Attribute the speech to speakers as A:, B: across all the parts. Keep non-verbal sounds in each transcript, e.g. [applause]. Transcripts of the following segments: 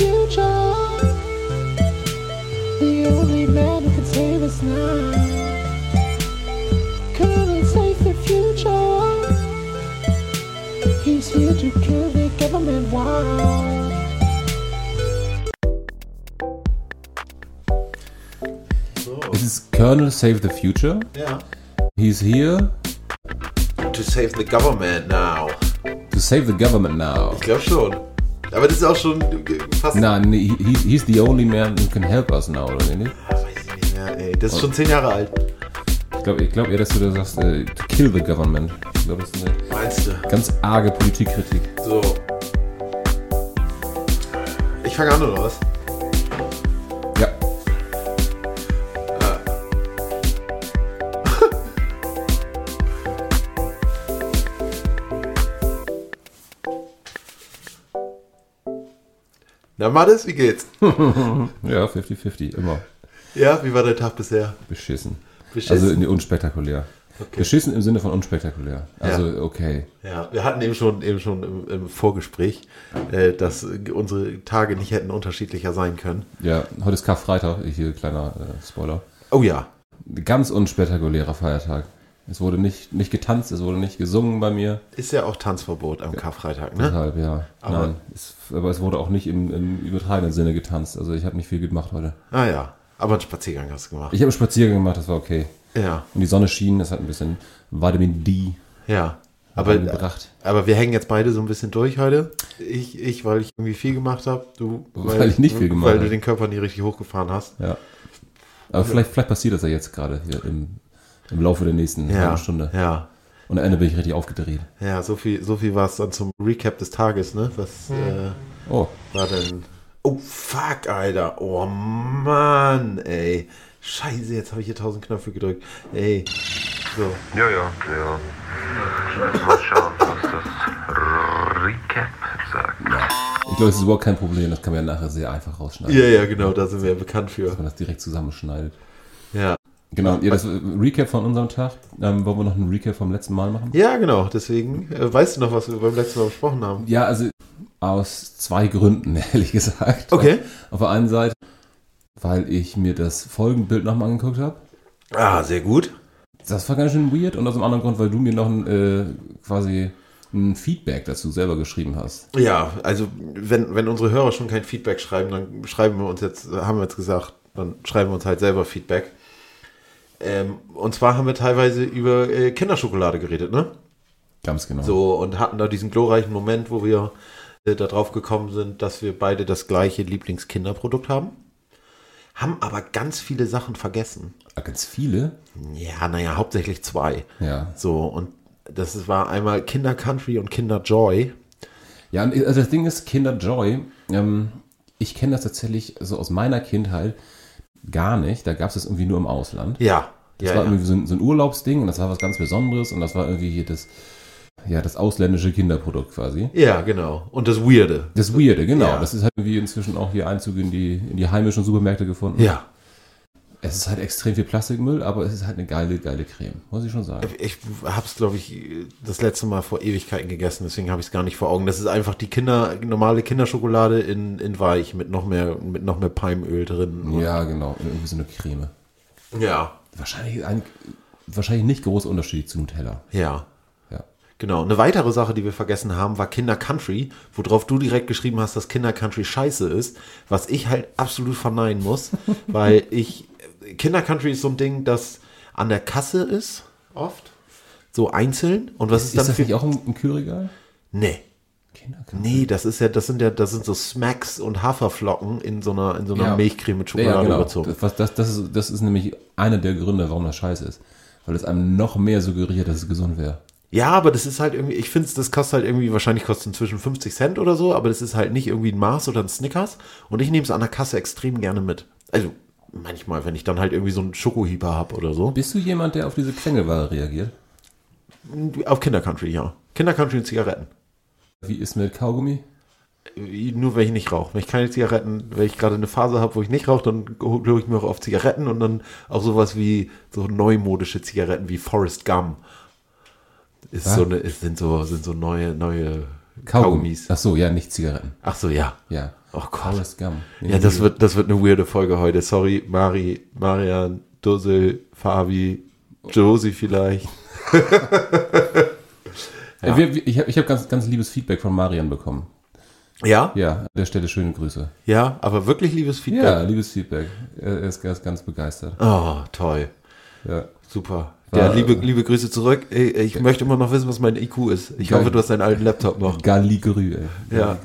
A: John, the only man who can save us now. Couldn't save the future. He's here to kill the government. Wow.
B: So.
C: Es ist Colonel Save the Future.
B: Ja.
C: He's here
B: To save the government now.
C: to save the government now.
B: Ich glaube schon. Aber das ist auch schon fast.
C: Nein, nee, he- he's, he's the only man who can help us now, oder nicht?
B: Ah, weiß ich nicht mehr, ey. Das ist schon zehn Jahre alt.
C: Ich glaube ich glaub eher, dass du da sagst, äh, to kill the government. Ich glaube, das ist eine
B: Meinst du?
C: ganz arge Politikkritik.
B: So. Ich fange an oder was?
C: Ja.
B: Na, Mattes, wie geht's?
C: Ja, 50-50, immer.
B: Ja, wie war der Tag bisher?
C: Beschissen.
B: Beschissen?
C: Also nee, unspektakulär. Beschissen im Sinne von unspektakulär. Also
B: Ja.
C: okay.
B: Ja, wir hatten eben schon, eben schon im, im Vorgespräch, äh, dass äh, unsere Tage nicht hätten unterschiedlicher sein können.
C: Ja, heute ist Karfreitag, hier kleiner äh, Spoiler.
B: Oh ja.
C: Ganz unspektakulärer Feiertag. Es wurde nicht, nicht getanzt, es wurde nicht gesungen bei mir.
B: Ist ja auch Tanzverbot am Karfreitag, ne?
C: Deshalb, ja.
B: Aber-
C: Nein. Es, aber es wurde auch nicht im, im übertragenen Sinne getanzt. Also ich habe nicht viel gemacht heute.
B: Ah ja. Aber einen Spaziergang hast du gemacht.
C: Ich habe einen Spaziergang gemacht, das war okay.
B: ja,
C: Und die Sonne schien, das hat ein bisschen Vitamin D
B: ja. Aber, äh,
C: gebracht.
B: aber wir hängen jetzt beide so ein bisschen durch heute. Ich, ich weil ich irgendwie viel gemacht habe. Du,
C: Weil ich nicht viel gemacht
B: Weil du
C: hab.
B: den Körper nie richtig hochgefahren hast.
C: Ja. Aber vielleicht, vielleicht passiert das ja jetzt gerade hier im, im Laufe der nächsten
B: Ja.
C: halben Stunde.
B: Ja.
C: Und am Ende bin ich richtig aufgedreht.
B: Ja, so viel, so viel war es dann zum Recap des Tages, ne? Was äh,
C: Oh,
B: war denn. Oh, fuck, Alter. Oh, Mann, ey. Scheiße, jetzt habe ich hier tausend Knöpfe gedrückt. Ey. So.
D: Ja, ja, ja. Mal schauen, was das Recap sagt.
C: ich glaube, es ist überhaupt kein Problem. Das kann man ja nachher sehr einfach rausschneiden,
B: Ja, ja, genau, da sind wir ja bekannt für.
C: wenn man das direkt zusammenschneidet.
B: Ja.
C: Genau, ja, das äh, Recap von unserem Tag. Ähm, wollen wir noch einen Recap vom letzten Mal machen?
B: Ja, genau, deswegen. Äh, weißt du noch, was wir beim letzten Mal besprochen haben?
C: Ja, also aus zwei Gründen, [laughs] ehrlich gesagt.
B: Okay.
C: Auf der einen Seite, weil ich mir das Folgenbild nochmal angeguckt habe.
B: Ah, sehr gut.
C: Das war ganz schön weird. Und aus dem anderen Grund, weil du mir noch ein, äh, quasi ein Feedback dazu selber geschrieben hast.
B: Ja, also wenn, wenn unsere Hörer schon kein Feedback schreiben, dann schreiben wir uns jetzt, haben wir jetzt gesagt, dann schreiben wir uns halt selber Feedback. Ähm, und zwar haben wir teilweise über äh, Kinderschokolade geredet, ne?
C: Ganz genau.
B: So, und hatten da diesen glorreichen Moment, wo wir äh, da drauf gekommen sind, dass wir beide das gleiche Lieblingskinderprodukt haben. Haben aber ganz viele Sachen vergessen.
C: Ah, Ganz viele.
B: Ja, naja, hauptsächlich zwei.
C: Ja.
B: So, und das ist- war einmal Kinder Country und Kinder Joy.
C: Ja, und also das Ding ist, Kinder Joy, ähm, ich kenne das tatsächlich so aus meiner Kindheit gar nicht. Da gab es das irgendwie nur im Ausland.
B: Ja.
C: Das
B: ja,
C: war
B: ja.
C: irgendwie so ein, so ein Urlaubsding und das war was ganz Besonderes und das war irgendwie hier das, ja, das ausländische Kinderprodukt quasi.
B: Ja, genau. Und das Weirde.
C: Das Weirde, genau.
B: Ja.
C: Das ist halt irgendwie inzwischen auch hier Einzug in die, in die heimischen Supermärkte gefunden.
B: Ja.
C: Es ist halt extrem viel Plastikmüll, aber es ist halt eine geile, geile Creme, muss ich schon sagen.
B: Ich habe es, glaube ich, das letzte Mal vor Ewigkeiten gegessen, deswegen habe ich es gar nicht vor Augen. Das ist einfach die Kinder, normale Kinderschokolade in, in weich mit noch mehr, mit noch mehr Palmöl drin.
C: Ja, genau. Und irgendwie so eine Creme.
B: Ja.
C: Wahrscheinlich, ein, wahrscheinlich nicht großer Unterschied zu Nutella.
B: Ja.
C: Ja.
B: Genau. Eine weitere Sache, die wir vergessen haben, war Kinder Country, worauf du direkt geschrieben hast, dass Kinder Country scheiße ist, was ich halt absolut
C: [laughs]
B: verneinen muss, weil ich Kinder Country ist so ein Ding, das an der Kasse ist, oft, so einzeln. Und was ist,
C: Ist
B: dann
C: das
B: für
C: nicht auch ein, ein Kühlregal?
B: Nee.
C: Kinderkram.
B: Nee, das ist ja, das sind ja, das sind so Smacks und Haferflocken in so einer, in so einer
C: Ja.
B: Milchcreme mit Schokolade
C: Ja, genau.
B: überzogen.
C: das, was- das, das, ist, das ist nämlich einer der Gründe, warum das scheiße ist. Weil es einem noch mehr suggeriert, dass es gesund wäre.
B: Ja, aber das ist halt irgendwie, ich finde, das kostet halt irgendwie, wahrscheinlich kostet inzwischen 50 Cent oder so, aber das ist halt nicht irgendwie ein Mars oder ein Snickers. Und ich nehme es an der Kasse extrem gerne mit. Also manchmal, wenn ich dann halt irgendwie so einen Schokohieber habe oder so.
C: Bist du jemand, der auf diese Quengelware reagiert?
B: Auf Kinder Country, ja. Kinder Country und Zigaretten.
C: Wie ist mit Kaugummi?
B: äh, Nur wenn ich nicht rauche. Wenn ich keine Zigaretten, wenn ich gerade eine Phase habe, wo ich nicht rauche, dann hole ich mir auch auf Zigaretten und dann auch sowas wie so neumodische Zigaretten wie Forrest Gum. Ist
C: Was?
B: so eine, es sind so, sind so neue, neue Kaugummis.
C: Ach so, ja, nicht Zigaretten.
B: Ach so, ja.
C: Ja.
B: Oh Gott.
C: Forrest Gump. Nee,
B: Ja, das
C: nee.
B: wird, das wird eine weirde Folge heute. Sorry, Mari, Marian, Dussel, Fabi, Josie vielleicht.
C: Äh, wir- wir- Ich habe ich hab ganz, ganz liebes Feedback von Marian bekommen.
B: Ja?
C: Ja, an der Stelle schöne Grüße.
B: Ja, aber wirklich liebes
C: Ja,
B: Feedback.
C: liebes Feedback. Er er ist ganz, ganz begeistert.
B: Oh, toll.
C: Ja.
B: Super.
C: War-
B: ja, liebe, liebe Grüße zurück. Ey, Ich möchte immer noch wissen, was mein IQ ist. Ich
C: Geil.
B: hoffe, du hast deinen alten Laptop noch.
C: Galligrü, ey.
B: Ja.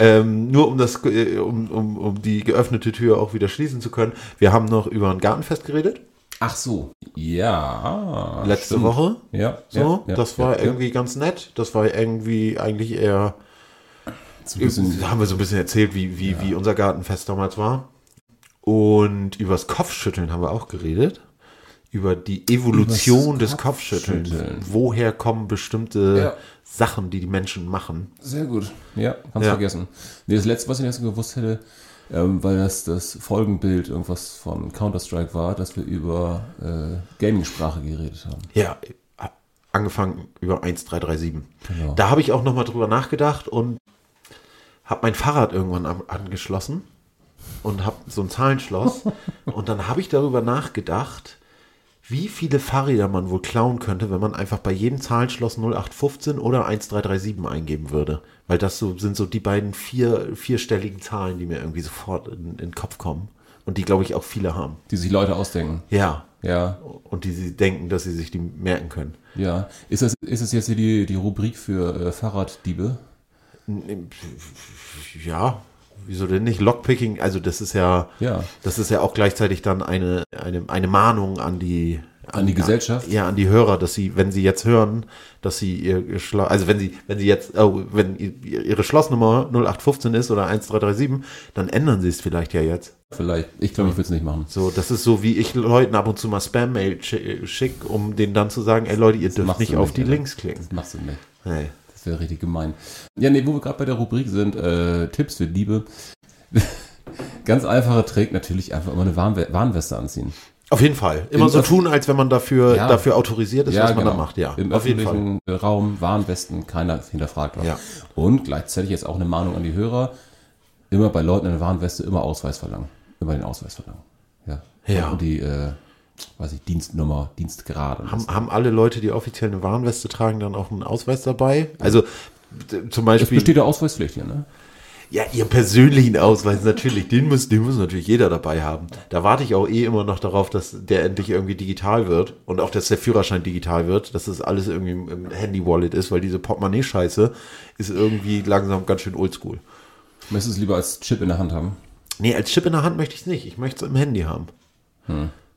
B: Ähm, nur um das, äh, um, um, um die geöffnete Tür auch wieder schließen zu können. Wir haben noch über ein Gartenfest geredet.
C: Ach so. Ja.
B: letzte
C: stimmt.
B: Woche.
C: Ja.
B: So,
C: ja, ja,
B: das war
C: ja,
B: irgendwie ganz nett. Das war irgendwie eigentlich eher,
C: Ja. So ein bisschen,
B: haben wir so ein bisschen erzählt, wie, wie, wie unser Gartenfest damals war. Und übers Kopfschütteln haben wir auch geredet. Über die Evolution
C: Übers
B: des Kopfschüttelns.
C: Kopfschütteln.
B: Woher kommen bestimmte
C: Ja.
B: Sachen, die die Menschen machen?
C: sehr gut. Ja, ganz
B: Ja.
C: vergessen. Nee, das letzte, was ich jetzt gewusst hätte, ähm, weil das das Folgenbild irgendwas von Counter-Strike war, dass wir über äh, Gaming-Sprache geredet haben.
B: Ja, angefangen über 1337.
C: Genau.
B: Da habe ich auch nochmal drüber nachgedacht und habe mein Fahrrad irgendwann am- angeschlossen und habe so ein Zahlenschloss. und dann habe ich darüber nachgedacht, wie viele Fahrräder man wohl klauen könnte, wenn man einfach bei jedem Zahlenschloss 0815 oder 1337 eingeben würde. Weil das so, sind so die beiden vier, vierstelligen Zahlen, die mir irgendwie sofort in, in den Kopf kommen. Und die, glaube ich, auch viele haben.
C: Die sich Leute ausdenken.
B: Ja.
C: Ja,
B: Und die sie denken, dass sie sich die merken können.
C: ja. Ist das, ist das jetzt hier die, die Rubrik für äh, Fahrraddiebe?
B: Ja, wieso denn nicht? Lockpicking, also das ist ja,
C: Ja.
B: das ist ja auch gleichzeitig dann eine, eine, eine Mahnung an die
C: An die Gesellschaft?
B: Ja, an die Hörer, dass sie, wenn sie jetzt hören, dass sie ihr ihr Schla also wenn sie, wenn sie jetzt, oh, wenn ihr- ihre Schlossnummer 0815 ist oder 1337, dann ändern sie es vielleicht ja jetzt.
C: Vielleicht. Ich glaube, ich würde es nicht machen.
B: So, das ist so, wie ich Leuten ab und zu mal Spam-Mail schi- schick, um denen dann zu sagen, ey Leute, ihr dürft
C: machst
B: nicht
C: du
B: auf
C: nicht, ne?
B: die
C: Alter.
B: Links klicken.
C: Das machst du nicht.
B: Nee.
C: Das wäre richtig gemein. Ja, nee, wo wir gerade bei der Rubrik sind, äh, Tipps für Diebe. [laughs] Ganz einfacher Trick, natürlich einfach immer eine Warnwe Warnweste anziehen.
B: Auf jeden Fall. Immer
C: Im
B: so
C: Öff-
B: tun, als wenn man dafür,
C: Ja.
B: dafür autorisiert ist, was man
C: genau.
B: da macht. Ja,
C: Im
B: auf jeden Fall.
C: öffentlichen Raum, Warnwesten, keiner hinterfragt was.
B: Ja.
C: Und gleichzeitig jetzt auch eine Mahnung an die Hörer, immer bei Leuten in der Warnweste immer Ausweis verlangen. Immer den Ausweis verlangen. Ja.
B: Ja.
C: Und die, äh, weiß ich, Dienstnummer, Dienstgrad. und
B: Haben,
C: das.
B: haben alle Leute, die offiziell eine Warnweste tragen, dann auch einen Ausweis dabei? Also d- zum Beispiel.
C: Es besteht ja Ausweispflicht hier, ne?
B: Ja, ihren persönlichen Ausweis natürlich. Den muss, den muss natürlich jeder dabei haben. Da warte ich auch eh immer noch darauf, dass der endlich irgendwie digital wird und auch, dass der Führerschein digital wird, dass das alles irgendwie im- im Handy-Wallet ist, weil diese Portemonnaie-Scheiße ist irgendwie langsam ganz schön oldschool.
C: Möchtest du es lieber als Chip in der Hand haben?
B: Nee, als Chip in der Hand möchte ich es nicht. Ich möchte es im Handy haben.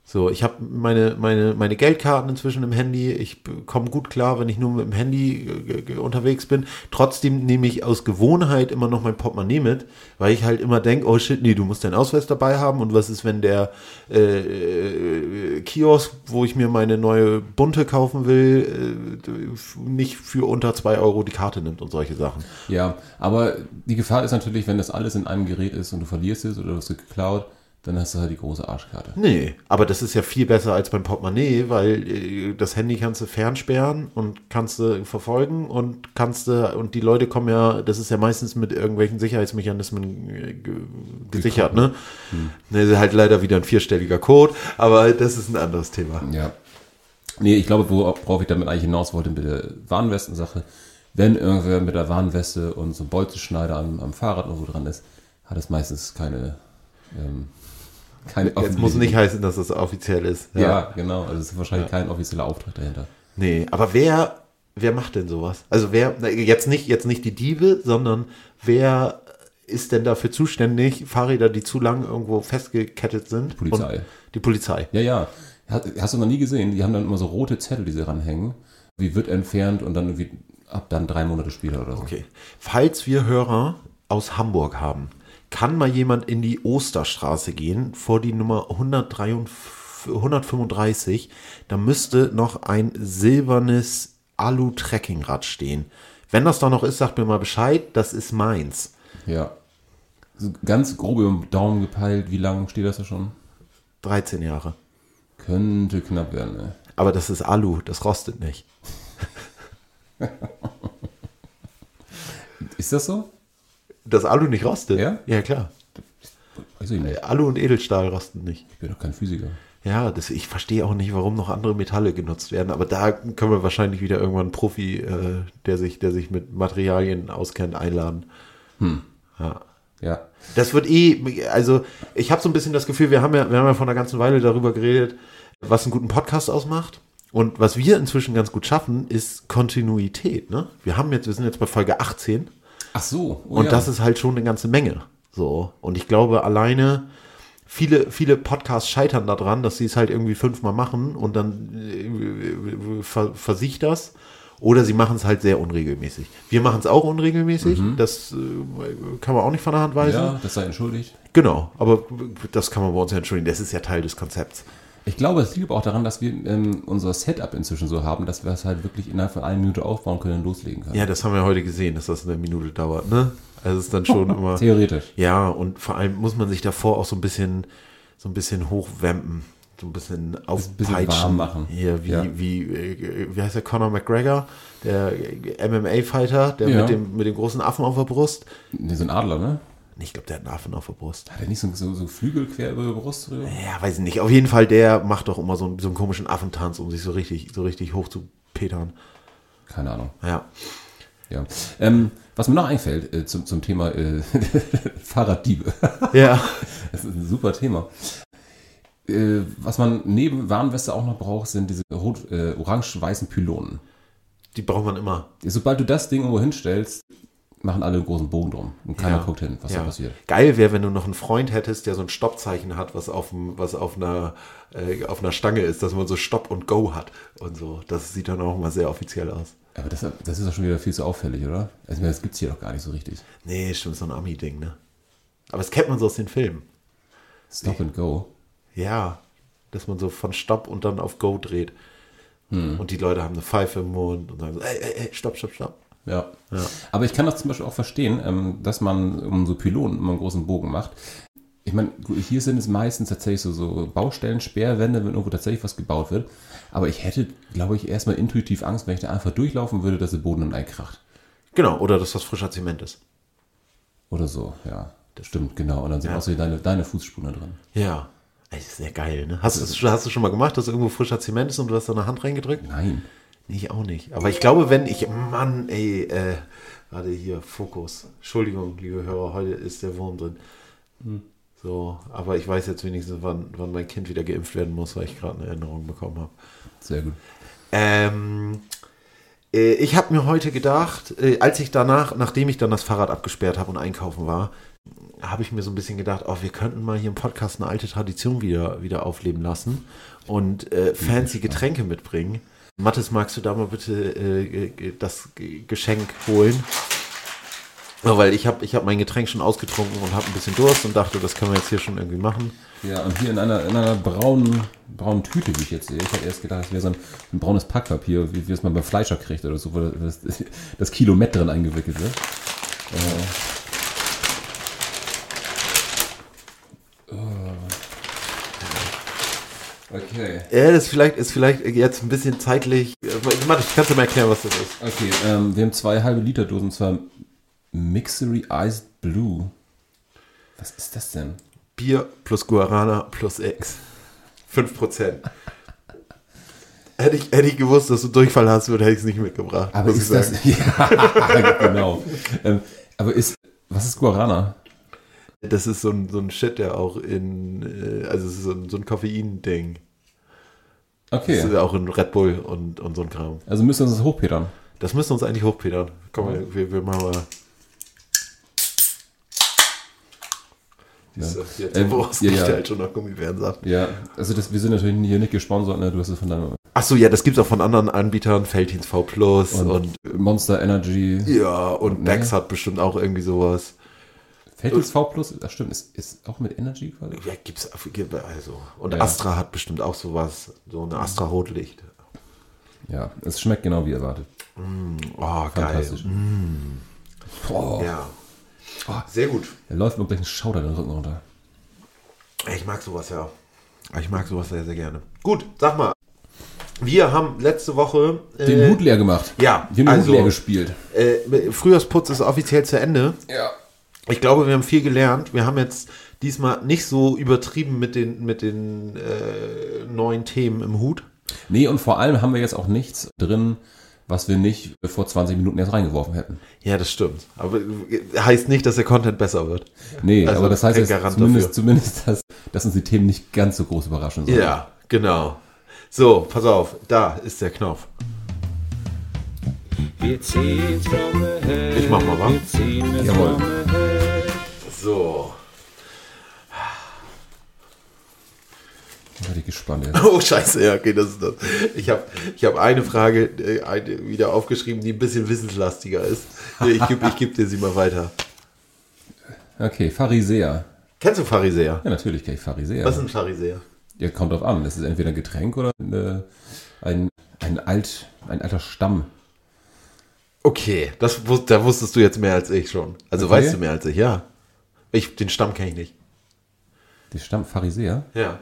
B: So, ich habe meine, meine, meine Geldkarten inzwischen im Handy. Ich komme gut klar, wenn ich nur mit dem Handy äh, ge- unterwegs bin. Trotzdem nehme ich aus Gewohnheit immer noch mein Portemonnaie mit, weil ich halt immer denke, oh shit, nee, du musst deinen Ausweis dabei haben. Und was ist, wenn der äh, äh, Kiosk, wo ich mir meine neue Bunte kaufen will, äh, f- nicht für unter 2 Euro die Karte nimmt und solche Sachen.
C: Ja, aber die Gefahr ist natürlich, wenn das alles in einem Gerät ist und du verlierst es oder du hast es geklaut, dann hast du halt die große Arschkarte.
B: Nee, aber das ist ja viel besser als beim Portemonnaie, weil äh, das Handy kannst du fernsperren und kannst du verfolgen und kannst du, und die Leute kommen ja, das ist ja meistens mit irgendwelchen Sicherheitsmechanismen äh, ge- gesichert, ne? Ne, ist halt leider wieder ein vierstelliger Code, aber das ist ein anderes Thema.
C: Ja. Nee, ich glaube, worauf ich damit eigentlich hinaus wollte mit der Warnwestensache, wenn irgendwer mit der Warnweste und so einem Bolzenschneider am, am Fahrrad irgendwo dran ist, hat es meistens keine, ähm, keine
B: Jetzt muss
C: öffentliche-
B: nicht heißen, dass das offiziell ist.
C: Ja, genau. Also es ist wahrscheinlich kein offizieller Auftrag dahinter.
B: Nee, aber wer, wer macht denn sowas? Also wer, na, jetzt nicht, jetzt nicht die Diebe, sondern wer ist denn dafür zuständig, Fahrräder, die zu lang irgendwo festgekettet sind?
C: Polizei.
B: Und die Polizei.
C: Ja, ja. Hast, hast du noch nie gesehen? Die haben dann immer so rote Zettel, die sie ranhängen. Wie wird entfernt und dann irgendwie ab dann drei Monate später oder so.
B: Okay. Falls wir Hörer aus Hamburg haben, kann mal jemand in die Osterstraße gehen, vor die Nummer 133, 135, da müsste noch ein silbernes Alu-Trekkingrad stehen. Wenn das da noch ist, sagt mir mal Bescheid, das ist meins.
C: Ja. So ganz grob über den Daumen gepeilt, wie lang steht das da schon?
B: 13 Jahre.
C: Könnte knapp werden, ne?
B: Aber das ist Alu, das rostet nicht.
C: Ist das so?
B: Dass Alu nicht rostet?
C: Ja?
B: Ja, klar.
C: Weiß ich nicht.
B: Alu und Edelstahl rosten nicht.
C: Ich bin doch kein Physiker.
B: Ja, das, ich verstehe auch nicht, warum noch andere Metalle genutzt werden, aber da können wir wahrscheinlich wieder irgendwann einen Profi, äh, der, sich, der sich mit Materialien auskennt, einladen.
C: Ja.
B: Das wird eh, also ich habe so ein bisschen das Gefühl, wir haben ja, wir haben ja vor einer ganzen Weile darüber geredet, was einen guten Podcast ausmacht. Und was wir inzwischen ganz gut schaffen, ist Kontinuität. Ne? Wir haben jetzt, wir sind jetzt bei Folge 18
C: Ach so. oh
B: und
C: ja.
B: das ist halt schon eine ganze Menge. So. Und ich glaube, alleine viele, viele Podcasts scheitern daran, dass sie es halt irgendwie fünfmal machen und dann äh, ver versiegt das. Oder sie machen es halt sehr unregelmäßig. Wir machen es auch unregelmäßig. Das äh, kann man auch nicht von der Hand weisen.
C: Mhm. Ja, das sei entschuldigt.
B: Genau, aber das kann man bei uns ja entschuldigen. Das ist ja Teil des Konzepts.
C: Ich glaube, es liegt aber auch daran, dass wir ähm, unser Setup inzwischen so haben, dass wir es halt wirklich innerhalb von einer Minute aufbauen können und loslegen können.
B: Ja, das haben wir heute gesehen, dass das eine Minute dauert, ne? Also es ist
C: [laughs]
B: dann schon immer.
C: Theoretisch.
B: Ja, und vor allem muss man sich davor auch so ein bisschen, so ein bisschen hochwempen, so ein bisschen aufpeitschen.
C: bisschen warm machen.
B: Hier, wie,
C: Ja.
B: wie, äh, wie heißt der Conor McGregor, der äh, MMA-Fighter, der
C: Ja.
B: mit, dem, mit dem großen Affen auf der Brust.
C: Nee, so ein Adler, ne?
B: Nee, Ich glaube, der hat einen Affen auf der Brust.
C: Hat er nicht so, so, so Flügel quer über die Brust drüber?
B: Ja, weiß ich nicht. Auf jeden Fall, der macht doch immer so einen, so einen komischen Affentanz, um sich so richtig, so richtig hoch zu petern.
C: Keine Ahnung. [laughs]
B: Ja.
C: Ja. Ähm, was mir noch einfällt äh, zum, zum Thema äh, [laughs] Fahrraddiebe. [laughs]
B: Ja.
C: Das ist ein super Thema. Äh, was man neben Warnweste auch noch braucht, sind diese rot, äh, orange-weißen Pylonen.
B: Die braucht man immer.
C: Sobald du das Ding irgendwo hinstellst, machen alle einen großen Bogen drum und keiner guckt hin, was
B: Ja.
C: da passiert.
B: Geil wäre, wenn du noch einen Freund hättest, der so ein Stoppzeichen hat, was auf, dem, was auf, einer, äh, auf einer Stange ist, dass man so Stopp und Go hat und so. Das sieht dann auch mal sehr offiziell aus.
C: Aber das, das ist doch schon wieder viel zu auffällig, oder? Also, ich meine, das gibt's hier doch gar nicht so richtig.
B: Nee, stimmt, so ein Ami-Ding, ne? Aber das kennt man so aus den Filmen.
C: Stop and go.
B: Ja, dass man so von Stopp und dann auf Go dreht.
C: Hm.
B: Und die Leute haben eine Pfeife im Mund und sagen so, ey, ey, ey, stopp, stopp, stopp.
C: Ja. Aber ich kann das zum Beispiel auch verstehen, ähm, dass man um so Pylonen immer einen großen Bogen macht. Ich meine, gut, hier sind es meistens tatsächlich so, so Baustellen, Sperrwände, wenn irgendwo tatsächlich was gebaut wird. Aber ich hätte, glaube ich, erstmal intuitiv Angst, wenn ich da einfach durchlaufen würde, dass der Boden dann einkracht.
B: Genau, oder dass das frischer Zement ist.
C: Oder so, ja. Das stimmt, genau. Und dann sind
B: Ja.
C: auch so deine, deine Fußspuren da drin.
B: Ja. Ey, Das ist ja geil, ne? Hast du das hast du schon mal gemacht, dass irgendwo frischer Zement ist und du hast deine Hand reingedrückt?
C: Nein.
B: Ich auch nicht. Aber ich glaube, wenn ich. Mann, ey, äh, warte hier, Fokus. Entschuldigung, liebe Hörer, heute ist der Wurm drin. So, aber ich weiß jetzt wenigstens, wann, wann mein Kind wieder geimpft werden muss, weil ich gerade eine Erinnerung bekommen habe.
C: Sehr gut.
B: Ähm, äh, ich habe mir heute gedacht, äh, als ich danach, nachdem ich dann das Fahrrad abgesperrt habe und einkaufen war, habe ich mir so ein bisschen gedacht, oh, wir könnten mal hier im Podcast eine alte Tradition wieder, wieder aufleben lassen und äh, fancy Getränke mitbringen. Mathis, magst du da mal bitte äh, äh, das G- Geschenk holen? Ja, weil ich habe ich hab mein Getränk schon ausgetrunken und habe ein bisschen Durst und dachte, das können wir jetzt hier schon irgendwie machen.
C: Ja, und hier in einer, in einer braunen, braunen Tüte, wie ich jetzt sehe. Ich hätte erst gedacht, es wäre so ein, ein braunes Packpapier, wie, wie es man beim Fleischer kriegt oder so, wo das, [laughs] das Kilometer drin eingewickelt wird. Äh. Oh. Okay.
B: Ja, das ist vielleicht, ist vielleicht jetzt ein bisschen zeitlich. äh, Mathis, kannst du mir erklären, was das ist?
C: Okay, ähm, wir haben zwei halbe Liter Dosen, und zwar Mixery Iced Blue. Was ist das denn?
B: Bier plus Guarana plus Ex. 5%. hätte, ich, hätte ich gewusst, dass du Durchfall hast, würde hätte ich es nicht mitgebracht.
C: Aber
B: muss ich
C: ist das. [laughs] Ja, [laughs] genau. ähm, aber ist. Was ist Guarana?
B: Das ist so ein, so ein Shit, der auch in. äh, Also, es ist so ein, so ein Koffein-Ding. Das ist
C: Okay.
B: ja auch in Red Bull und, und so ein Kram.
C: Also müssen wir uns das hochpetern.
B: Das müssen wir uns eigentlich hochpedern. Komm, wir- wir, wir machen mal. Siehst du, Jetzt
C: Ähm,
B: ähm,
C: ja,
B: ja,
C: ja.
B: halt schon nach Gummibärensaft.
C: Ja, also das, wir sind natürlich hier nicht gesponsert, ne? Du hast es von deinem
B: Achso, ja, das gibt es auch von anderen Anbietern. Feldhins V Plus und,
C: Monster Energy.
B: ja, und Max hat bestimmt auch irgendwie sowas.
C: Fällt jetzt V Plus? Ach stimmt, ist, ist auch mit Energy quasi.
B: Ja, gibt's gibt- also. Und
C: Ja.
B: Astra hat bestimmt auch sowas, so eine Astra Rotlicht.
C: Ja, es schmeckt genau wie erwartet.
B: Oh, geil. Mm.
C: Fantastisch. Boah,
B: Ja. Sehr gut.
C: Da läuft mir gleich ein Schauder den Rücken runter.
B: Ich mag sowas ja. Ich mag sowas sehr, sehr gerne. Gut, sag mal. Wir haben letzte Woche äh,
C: Den Hut leer gemacht.
B: ja,
C: Wir haben den
B: also-
C: Hut leer gespielt.
B: äh, Frühjahrsputz ist offiziell zu Ende.
C: Ja.
B: Ich glaube, wir haben viel gelernt. Wir haben jetzt diesmal nicht so übertrieben mit den, mit den äh, neuen Themen im Hut.
C: Nee, und vor allem haben wir jetzt auch nichts drin, was wir nicht vor 20 Minuten erst reingeworfen hätten.
B: Ja, das stimmt. Aber äh, heißt nicht, dass der Content besser wird.
C: Nee,
B: Also
C: aber das heißt
B: kein
C: jetzt
B: Garant
C: zumindest,
B: dafür.
C: zumindest dass, dass uns die Themen nicht ganz so groß überraschen sollen.
B: Ja, genau. So, pass auf, da ist der Knopf. Ich mach mal was.
C: Jawohl.
B: So. [laughs]
C: Da bin ich gespannt jetzt.
B: Oh, scheiße, ja, okay, das ist das. Ich habe ich hab eine Frage äh, eine, wieder aufgeschrieben, die ein bisschen wissenslastiger ist. Ich gebe ich geb dir sie mal weiter.
C: Okay, Pharisäer.
B: Kennst du Pharisäer?
C: Ja, natürlich kenne ich Pharisäer.
B: Was ist ein Pharisäer?
C: Ja, kommt drauf an. Das ist entweder ein Getränk oder eine, ein, ein, alt, ein alter Stamm.
B: Okay, das, wus- da wusstest du jetzt mehr als ich schon. Also
C: Okay.
B: weißt du mehr als ich, ja. Ich, den Stamm kenne ich nicht.
C: Der Stamm Pharisäer?
B: Ja.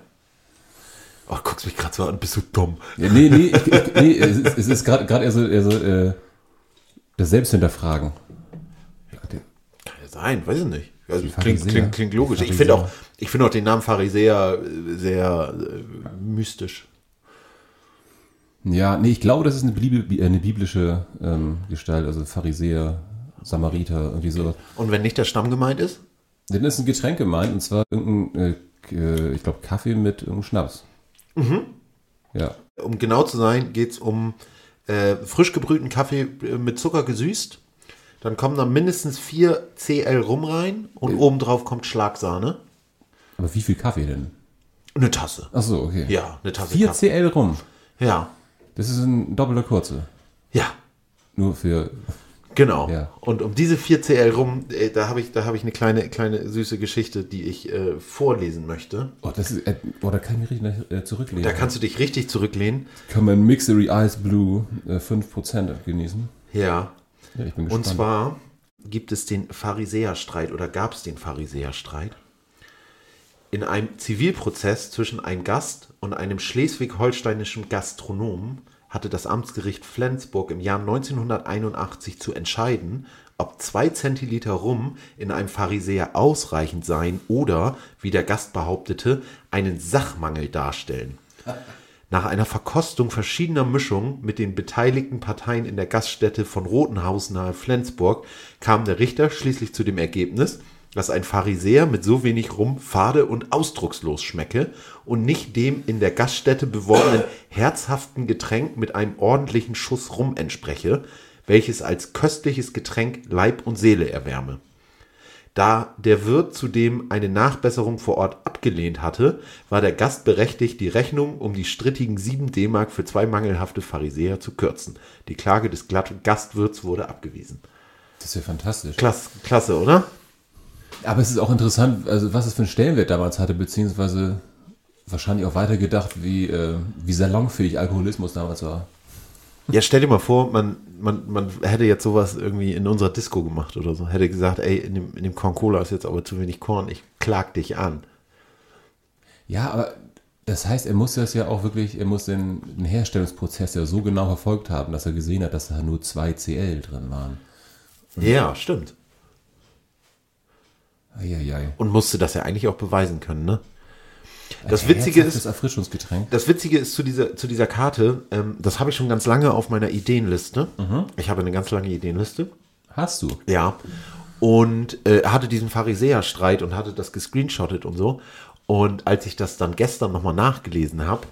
B: Oh, du guckst mich gerade so an, bist du dumm.
C: Ja, nee, nee, ich, ich, nee, es ist, es ist gerade gerade eher so, eher so äh, das Selbsthinterfragen.
B: Kann ja sein, weiß ich nicht. Also
C: Die
B: klingt,
C: Pharisäer.
B: klingt, klingt logisch.
C: Die
B: Ich finde auch,
C: Pharisäer.
B: ich finde auch den Namen Pharisäer äh, sehr äh, mystisch.
C: Ja, nee, ich glaube, das ist eine, Bibel, äh, eine biblische ähm, Gestalt, also Pharisäer, Samariter, irgendwie sowas.
B: Und wenn nicht der Stamm gemeint ist?
C: Dann ist ein Getränk gemeint, und zwar irgendein, äh, K- äh, ich glaube, Kaffee mit irgendeinem Schnaps. Mhm. Ja.
B: Um genau zu sein, geht es um äh, frisch gebrühten Kaffee äh, mit Zucker gesüßt. Dann kommen da mindestens 4 CL rum rein
C: Äh.
B: und obendrauf kommt Schlagsahne.
C: Aber wie viel Kaffee denn?
B: Eine Tasse.
C: Ach so, okay.
B: Ja, eine Tasse
C: 4
B: Kaffee.
C: CL rum.
B: Ja,
C: Das ist ein doppelter Kurze.
B: ja,
C: Nur für.
B: genau.
C: Ja.
B: Und um diese 4 CL rum, äh, da habe ich, da habe ich eine kleine, kleine süße Geschichte, die ich äh, vorlesen möchte.
C: Oh, das ist. Äh, boah, da kann ich mich richtig nach, äh, zurücklehnen.
B: Da kannst du dich richtig zurücklehnen.
C: kann man Mixery Ice Blue äh, 5% genießen.
B: Ja.
C: Ja, ich bin
B: Und
C: gespannt.
B: zwar gibt es den Pharisäerstreit oder gab es den Pharisäerstreit in einem Zivilprozess zwischen einem Gast und einem schleswig-holsteinischen Gastronomen hatte das Amtsgericht Flensburg im Jahr 1981 zu entscheiden, ob zwei Zentiliter Rum in einem Pharisäer ausreichend seien oder, wie der Gast behauptete, einen Sachmangel darstellen. Nach einer Verkostung verschiedener Mischungen mit den beteiligten Parteien in der Gaststätte von Rotenhaus nahe Flensburg kam der Richter schließlich zu dem Ergebnis, dass ein Pharisäer mit so wenig Rum fade und ausdruckslos schmecke und nicht dem in der Gaststätte beworbenen herzhaften Getränk mit einem ordentlichen Schuss Rum entspreche, welches als köstliches Getränk Leib und Seele erwärme. Da der Wirt zudem eine Nachbesserung vor Ort abgelehnt hatte, war der Gast berechtigt, die Rechnung um die strittigen 7 D-Mark für zwei mangelhafte Pharisäer zu kürzen. Die Klage des Glatt- Gastwirts wurde abgewiesen.
C: das ist ja fantastisch.
B: Klasse, klasse oder?
C: Aber es ist auch interessant, also was es für einen Stellenwert damals hatte, beziehungsweise wahrscheinlich auch weitergedacht, wie, äh, wie salonfähig Alkoholismus damals war.
B: Ja, stell dir mal vor, man, man, man hätte jetzt sowas irgendwie in unserer Disco gemacht oder so. Hätte gesagt, ey, in dem, in dem Korn Cola ist jetzt aber zu wenig Korn, ich klag dich an.
C: Ja, aber das heißt, er muss das ja auch wirklich, er muss den, den Herstellungsprozess ja so genau verfolgt haben, dass er gesehen hat, dass da nur 2 CL drin waren.
B: Ja, stimmt.
C: Eieiei.
B: Und musste das ja eigentlich auch beweisen können, ne? Das Witzige ist,
C: Das Erfrischungsgetränk.
B: Das Witzige ist zu dieser, zu dieser Karte, ähm, das habe ich schon ganz lange auf meiner Ideenliste. Ich habe eine ganz lange Ideenliste.
C: Hast du?
B: Ja. Und äh, hatte diesen Pharisäerstreit und hatte das gescreenshottet und so. Und als ich das dann gestern nochmal nachgelesen habe,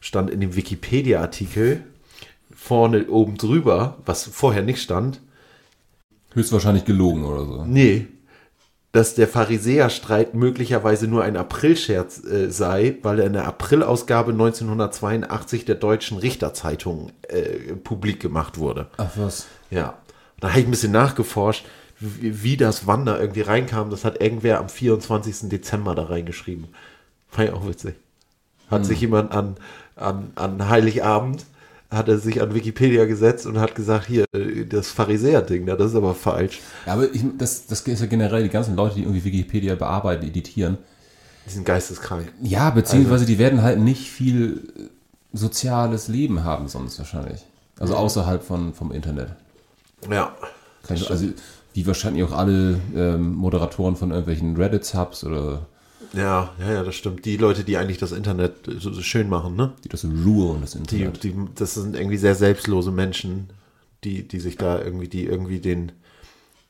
B: stand in dem Wikipedia-Artikel vorne oben drüber, was vorher nicht stand,
C: Höchstwahrscheinlich gelogen oder so.
B: Nee. Dass der Pharisäerstreit möglicherweise nur ein Aprilscherz äh, sei, weil er in der Aprilausgabe 1982 der Deutschen Richterzeitung äh, publik gemacht wurde.
C: Ach was.
B: Ja. Und Da habe ich ein bisschen nachgeforscht, wie, wie das Wander irgendwie reinkam. Das hat irgendwer am 24. Dezember da reingeschrieben. Fand ich auch witzig. Hat sich jemand an, an, an Heiligabend, hat er sich an Wikipedia gesetzt und hat gesagt, hier, äh, das Pharisäer-Ding, da, das ist aber falsch.
C: Ja, aber ich, das, das ist ja generell die ganzen Leute, die irgendwie Wikipedia bearbeiten, editieren. Also
B: Die sind geisteskrank.
C: Ja, beziehungsweise die werden halt nicht viel soziales Leben haben sonst wahrscheinlich. Also außerhalb von, vom Internet.
B: Ja.
C: Kann ich, also wie wahrscheinlich auch alle ähm, Moderatoren von irgendwelchen Reddit-Subs oder
B: Ja, ja, ja, das stimmt. Die Leute, die eigentlich das Internet so, so schön machen, ne?
C: die das so rulen, das
B: Die,
C: Internet.
B: die, das sind irgendwie sehr selbstlose Menschen, die, die sich da irgendwie, die irgendwie den,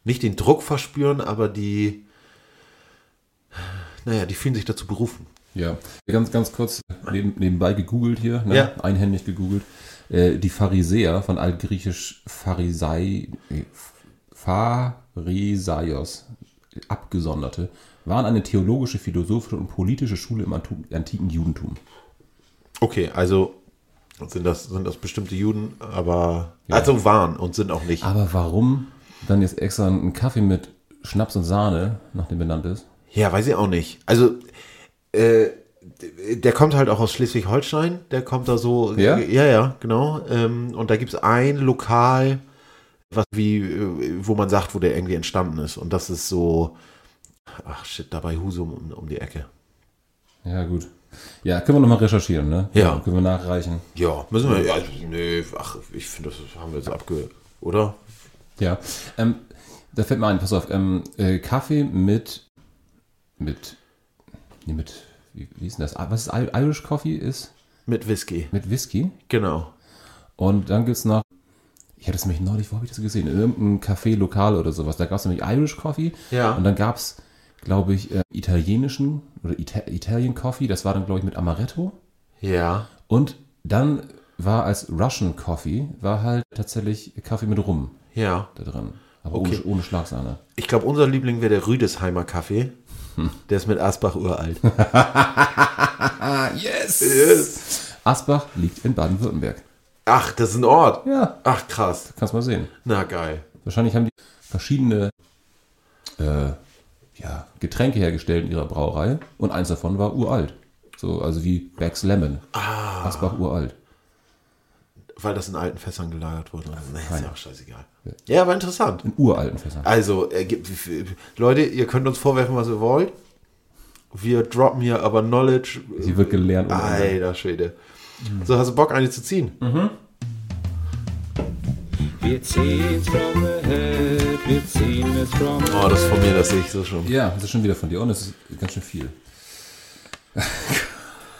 B: nicht den Druck verspüren, aber die, naja, die fühlen sich dazu berufen.
C: Ja, ganz, ganz kurz neben, nebenbei gegoogelt hier, ne?
B: Ja.
C: einhändig gegoogelt. Äh, die Pharisäer von altgriechisch Pharisei, nee, Pharisaios, Abgesonderte, waren eine theologische, philosophische und politische Schule im antu- antiken Judentum.
B: Okay, also sind das, sind das bestimmte Juden, aber, also waren und sind auch nicht.
C: Aber warum dann jetzt extra einen Kaffee mit Schnaps und Sahne, nach dem benannt ist?
B: Ja, weiß ich auch nicht. Also, äh, d- der kommt halt auch aus Schleswig-Holstein. Der kommt da so.
C: Ja?
B: Ja, ja, genau. Ähm, und da gibt's ein Lokal, was wie, äh, wo man sagt, wo der irgendwie entstanden ist. Und das ist so. Ach shit, da bei Husum um, um die Ecke.
C: Ja, gut. Ja, können wir nochmal recherchieren, ne?
B: Ja.
C: Können wir nachreichen.
B: Ja, müssen wir. Ja, also, nee, ach, ich finde, das haben wir jetzt abge. Oder?
C: Ja, ähm, da fällt mir ein, pass auf, ähm, äh, Kaffee mit, mit, nee, mit, wie, wie ist denn das? Ah, Was ist I- Irish Coffee? Ist
B: Mit Whisky.
C: mit Whisky.
B: Genau.
C: Und dann gibt's noch, ich hatte es nämlich neulich, wo habe ich das gesehen? In irgendeinem Café Lokal oder sowas. Da gab's nämlich Irish Coffee.
B: Ja.
C: Und dann gab's, glaube ich, äh, italienischen oder Ita Italian Coffee. Das war dann, glaube ich, mit Amaretto.
B: Ja.
C: Und dann war als Russian Coffee, war halt tatsächlich Kaffee mit Rum
B: Ja.
C: da drin. Aber
B: Okay.
C: ohne, ohne Schlagsahne.
B: Ich glaube, unser Liebling wäre der Rüdesheimer Kaffee. Der ist mit Asbach uralt.
C: Yes! Asbach liegt in Baden-Württemberg.
B: Ach, das ist ein Ort.
C: Ja.
B: Ach, krass.
C: Kannst mal sehen.
B: Na geil.
C: Wahrscheinlich haben die verschiedene äh, ja, Getränke hergestellt in ihrer Brauerei und eins davon war uralt. So, also wie Beck's Lemon. Asbach uralt.
B: Weil das in alten Fässern gelagert wurde. Nee, ist ja auch scheißegal. Ja, aber interessant.
C: In uralten Fässern.
B: Also, äh, gibt- Leute, ihr könnt uns vorwerfen, was ihr wollt. Wir droppen hier aber Knowledge.
C: Sie wird gelernt. ohne Ende.
B: Alter Schwede. So, hast du Bock, eine zu ziehen?
E: Wir ziehen from ahead, wir ziehen es from
B: Oh, das ist von mir, das sehe ich so schon.
C: Ja, das ist schon wieder von dir. Und es ist ganz schön viel. [laughs]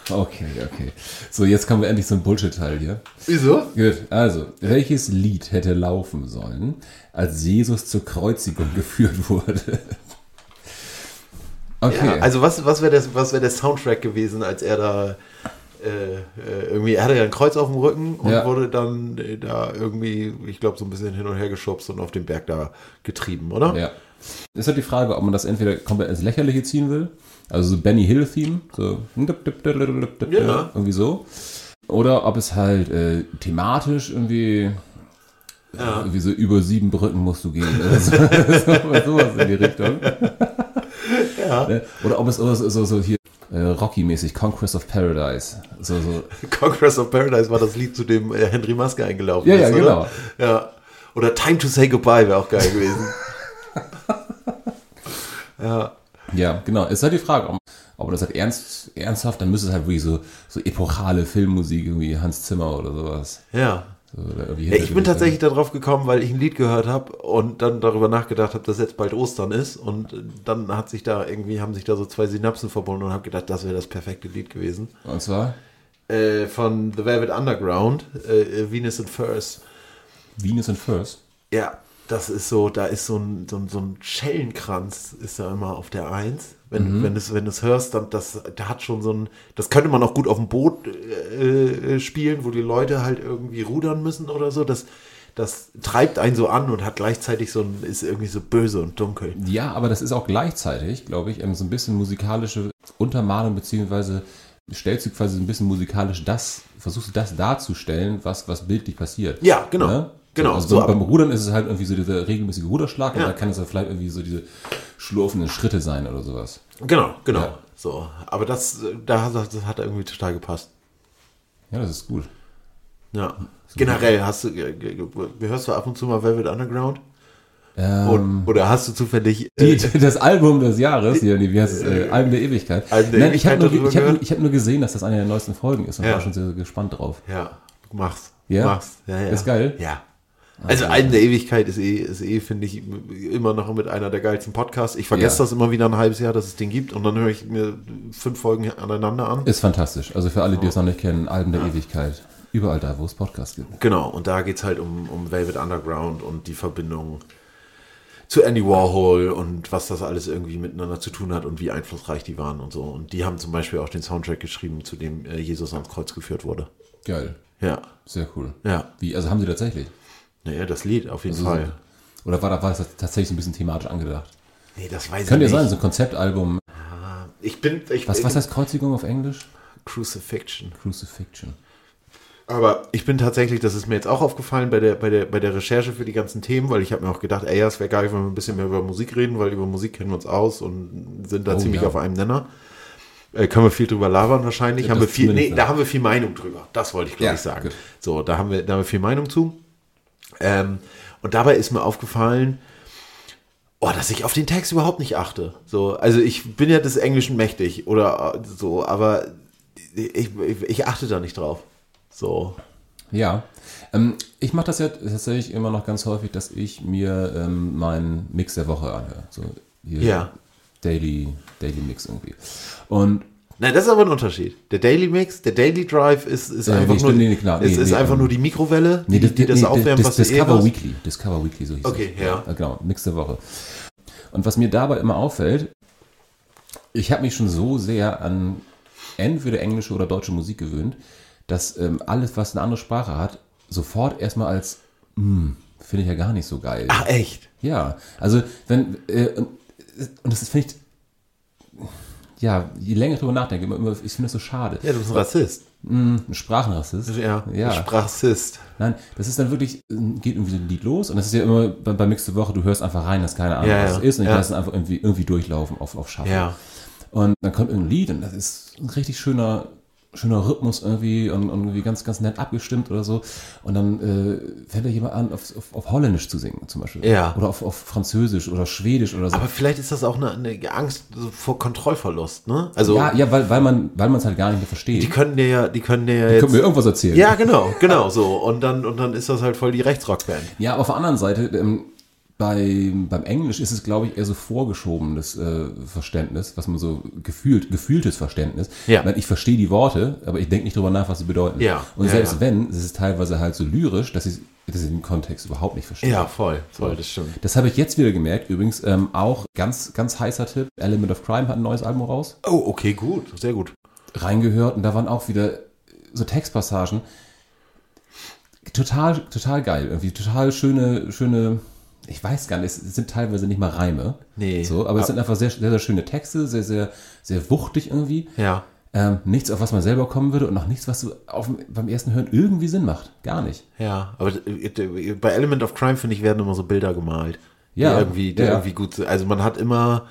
C: okay, okay. So, jetzt kommen wir endlich zum Bullshit-Teil hier.
B: Wieso?
C: Gut, also, welches Lied hätte laufen sollen, als Jesus zur Kreuzigung [laughs] geführt wurde? Okay,
B: Ja, also, was, was wäre das- was wär der Soundtrack gewesen, als er da äh, äh, irgendwie, er hatte ja ein Kreuz auf dem Rücken und
C: Ja.
B: wurde dann äh, da irgendwie, ich glaube, so ein bisschen hin und her geschubst und auf den Berg da getrieben, oder? [laughs]
C: ja. Ist halt die Frage, ob man das entweder komplett ins Lächerliche ziehen will, also so Benny Hill-Theme, so
B: Ja.
C: irgendwie so, oder ob es halt äh, thematisch irgendwie, irgendwie so über sieben Brücken musst du gehen, oder so, [laughs] sowas in die Richtung. Ne? Oder ob es oder so, so, so hier äh, Rocky-mäßig, Conquest of Paradise, so, so
B: Conquest of Paradise war das Lied, zu dem äh, Henry Maske eingelaufen
C: Ja,
B: ist.
C: ja,
B: oder?
C: genau.
B: Ja. Oder Time to Say Goodbye wäre auch geil
C: [laughs]
B: gewesen. ja.
C: Ja, genau. Es ist halt die Frage, ob, ob man das halt ernst, ernsthaft, dann müsste es halt wirklich so, so epochale Filmmusik, irgendwie Hans Zimmer oder sowas.
B: Ja.
C: So, oder irgendwie
B: ja. Ich bin
C: Hintergrund-
B: tatsächlich darauf gekommen, weil ich ein Lied gehört habe und dann darüber nachgedacht habe, dass jetzt bald Ostern ist. Und äh, dann hat sich da irgendwie, haben sich da so zwei Synapsen verbunden und habe gedacht, das wäre das perfekte Lied gewesen.
C: Und zwar
B: Äh, von The Velvet Underground, äh, äh, Venus and Furs.
C: Venus and First.
B: Ja, das ist so, da ist so ein, so ein, so ein Schellenkranz ist da immer auf der Eins. Wenn, wenn du es wenn du's hörst, dann das, da hat schon so ein, das könnte man auch gut auf dem Boot äh, äh, spielen, wo die Leute halt irgendwie rudern müssen oder so. Das, das treibt einen so an und hat gleichzeitig so ein, ist irgendwie so böse und dunkel.
C: Ja, aber das ist auch gleichzeitig, glaube ich, ähm, so ein bisschen musikalische Untermalung, beziehungsweise stellst du quasi so ein bisschen musikalisch das, versuchst du das darzustellen, was, was bildlich passiert.
B: Ja, genau.
C: Ne?
B: Genau,
C: Also
B: so,
C: beim,
B: aber-
C: beim Rudern ist es halt irgendwie so dieser regelmäßige Ruderschlag
B: Ja.
C: und da kann es dann vielleicht irgendwie so diese schlurfenden Schritte sein oder sowas.
B: Genau, genau.
C: Ja.
B: So, aber das, äh, da hat- das hat irgendwie total gepasst.
C: Ja, das ist gut.
B: Ja. Generell hast du, äh, ge- ge- hörst du ab und zu mal Velvet Underground? Und, oder hast du zufällig
C: Ähm. Die,
B: äh,
C: [laughs] das Album des Jahres, hier, nee, wie heißt es? Äh, Alben der Ewigkeit.
B: Alben der
C: Nein, ich habe
B: Ewigkeit
C: nur,
B: darüber
C: ich hab, nur-
B: gehört?
C: ich hab nur gesehen, dass das eine der neuesten Folgen ist und
B: Ja.
C: war schon sehr, sehr gespannt drauf.
B: Ja, du machst.
C: Ja?
B: Machst. Ja, ja.
C: Ist geil? Ah,
B: Ja. Also Alben der Ewigkeit ist eh, ist eh finde ich, immer noch mit einer der geilsten Podcasts. Ich vergesse
C: Ja.
B: das immer wieder ein halbes Jahr, dass es den gibt und dann höre ich mir fünf Folgen aneinander an.
C: Ist fantastisch. Also für alle, die es noch nicht kennen, Alben der Ewigkeit. Überall da, wo es Podcasts gibt.
B: Genau, und da geht's halt um, um Velvet Underground und die Verbindung zu Andy Warhol und was das alles irgendwie miteinander zu tun hat und wie einflussreich die waren und so. Und die haben zum Beispiel auch den Soundtrack geschrieben, zu dem äh, Jesus ans Kreuz geführt wurde.
C: Geil.
B: Ja,
C: Sehr cool.
B: ja.
C: Wie, also haben sie tatsächlich?
B: Naja, das Lied auf jeden
C: Also
B: Fall.
C: so- Oder war, da- war das tatsächlich so ein bisschen thematisch angedacht?
B: Nee, das weiß
C: Könnte ja
B: ich Äh,
C: sein,
B: nicht.
C: so ein Konzeptalbum.
B: Ich bin, ich
C: Was, was heißt Kreuzigung auf Englisch?
B: Crucifixion.
C: Crucifixion.
B: Aber ich bin tatsächlich, das ist mir jetzt auch aufgefallen bei der, bei der, bei der Recherche für die ganzen Themen, weil ich habe mir auch gedacht, ey, ja, es wäre geil, wenn wir ein bisschen mehr über Musik reden, weil über Musik kennen wir uns aus und sind da
C: Oh,
B: ziemlich
C: ja.
B: auf einem Nenner. Äh, können wir viel drüber labern wahrscheinlich.
C: Ja,
B: haben wir
C: das
B: viel, nee,
C: zumindest, ja.
B: da haben wir viel Meinung drüber. Das wollte ich, glaube
C: Ja,
B: ich, sagen.
C: gut.
B: So, da haben, wir, da haben wir viel Meinung zu. Ähm, und dabei ist mir aufgefallen, Oh, dass ich auf den Text überhaupt nicht achte. So, also ich bin ja des Englischen mächtig oder äh, so, aber ich, ich, ich achte da nicht drauf. So.
C: Ja, ähm, ich mache das ja tatsächlich immer noch ganz häufig, dass ich mir ähm, meinen Mix der Woche anhöre. So hier
B: Ja.
C: Daily, Daily Mix irgendwie. Und
B: Nein, das ist aber ein Unterschied. Der Daily Mix, der Daily Drive ist, ist
C: Äh,
B: einfach,
C: nee,
B: nur,
C: stimmt, nee, klar,
B: ist,
C: nee,
B: ist
C: nee,
B: einfach
C: ähm,
B: nur die Mikrowelle, die,
C: nee,
B: die das
C: nee,
B: aufwärmt,
C: das
B: was du eh
C: Discover
B: hast.
C: Weekly. Discover Weekly, so hieß
B: Okay,
C: das.
B: ja.
C: Genau, Mix der Woche. Und was mir dabei immer auffällt, ich habe mich schon so sehr an entweder englische oder deutsche Musik gewöhnt, dass ähm, alles, was eine andere Sprache hat, sofort erstmal als, hm, finde ich ja gar nicht so geil.
B: Ach, echt?
C: Ja, also wenn äh, und, und das ist finde ich ja, je länger ich drüber nachdenke, immer, immer ich finde das so schade.
B: Ja, du bist ein Rassist.
C: Ein Sprachenrassist.
B: Ja,
C: ja.
B: Sprachsist.
C: Nein, das ist dann wirklich ähm, geht irgendwie so ein Lied los und das ist ja immer bei, bei Mixte Woche, du hörst einfach rein, dass keine Ahnung
B: Ja,
C: was
B: ja,
C: es ist und ich
B: ja.
C: lasse es einfach irgendwie irgendwie durchlaufen auf auf Schaffen.
B: Ja.
C: Und dann kommt irgendein Lied und das ist ein richtig schöner, schöner Rhythmus irgendwie und, und irgendwie ganz, ganz nett abgestimmt oder so. Und dann äh, fängt da jemand an, auf, auf, auf Holländisch zu singen zum Beispiel.
B: Ja.
C: Oder auf, auf Französisch oder Schwedisch oder so.
B: Aber vielleicht ist das auch eine, eine Angst so vor Kontrollverlust, ne? Also,
C: ja, ja, weil, weil man weil man es halt gar nicht mehr versteht.
B: die können dir ja, die können dir ja
C: Können
B: jetzt.
C: mir irgendwas erzählen.
B: Ja, genau, genau so. Und dann, und dann ist das halt voll die Rechtsrockband.
C: Ja, aber auf der anderen Seite, ähm, bei, beim Englisch ist es, glaube ich, eher so vorgeschobenes äh, Verständnis, was man so gefühlt, gefühltes Verständnis.
B: Ja.
C: Ich meine, ich verstehe die Worte, aber ich denke nicht drüber nach, was sie bedeuten.
B: Ja,
C: Und
B: ja,
C: selbst
B: ja.
C: wenn, es ist teilweise halt so lyrisch, dass ich das im Kontext überhaupt nicht verstehe.
B: Ja, voll, voll, das stimmt.
C: Das habe ich jetzt wieder gemerkt, übrigens ähm, auch ganz, ganz heißer Tipp. Element of Crime hat ein neues Album raus
B: Oh, okay, gut, sehr gut.
C: reingehört und da waren auch wieder so Textpassagen. Total, total geil. Irgendwie total schöne, schöne, ich weiß gar nicht, es sind teilweise nicht mal Reime.
B: Nee. Ah.
C: So, aber es sind einfach sehr, sehr, sehr schöne Texte, sehr, sehr, sehr wuchtig irgendwie.
B: Ja.
C: Ähm, nichts, auf was man selber kommen würde und auch nichts, was so auf, dem- beim ersten Hören irgendwie Sinn macht. Gar nicht.
B: Ja, aber äh, bei Element of Crime, finde ich, werden immer so Bilder gemalt.
C: Ja,
B: Die irgendwie, die
C: ja.
B: irgendwie gut sind. Also man hat immer,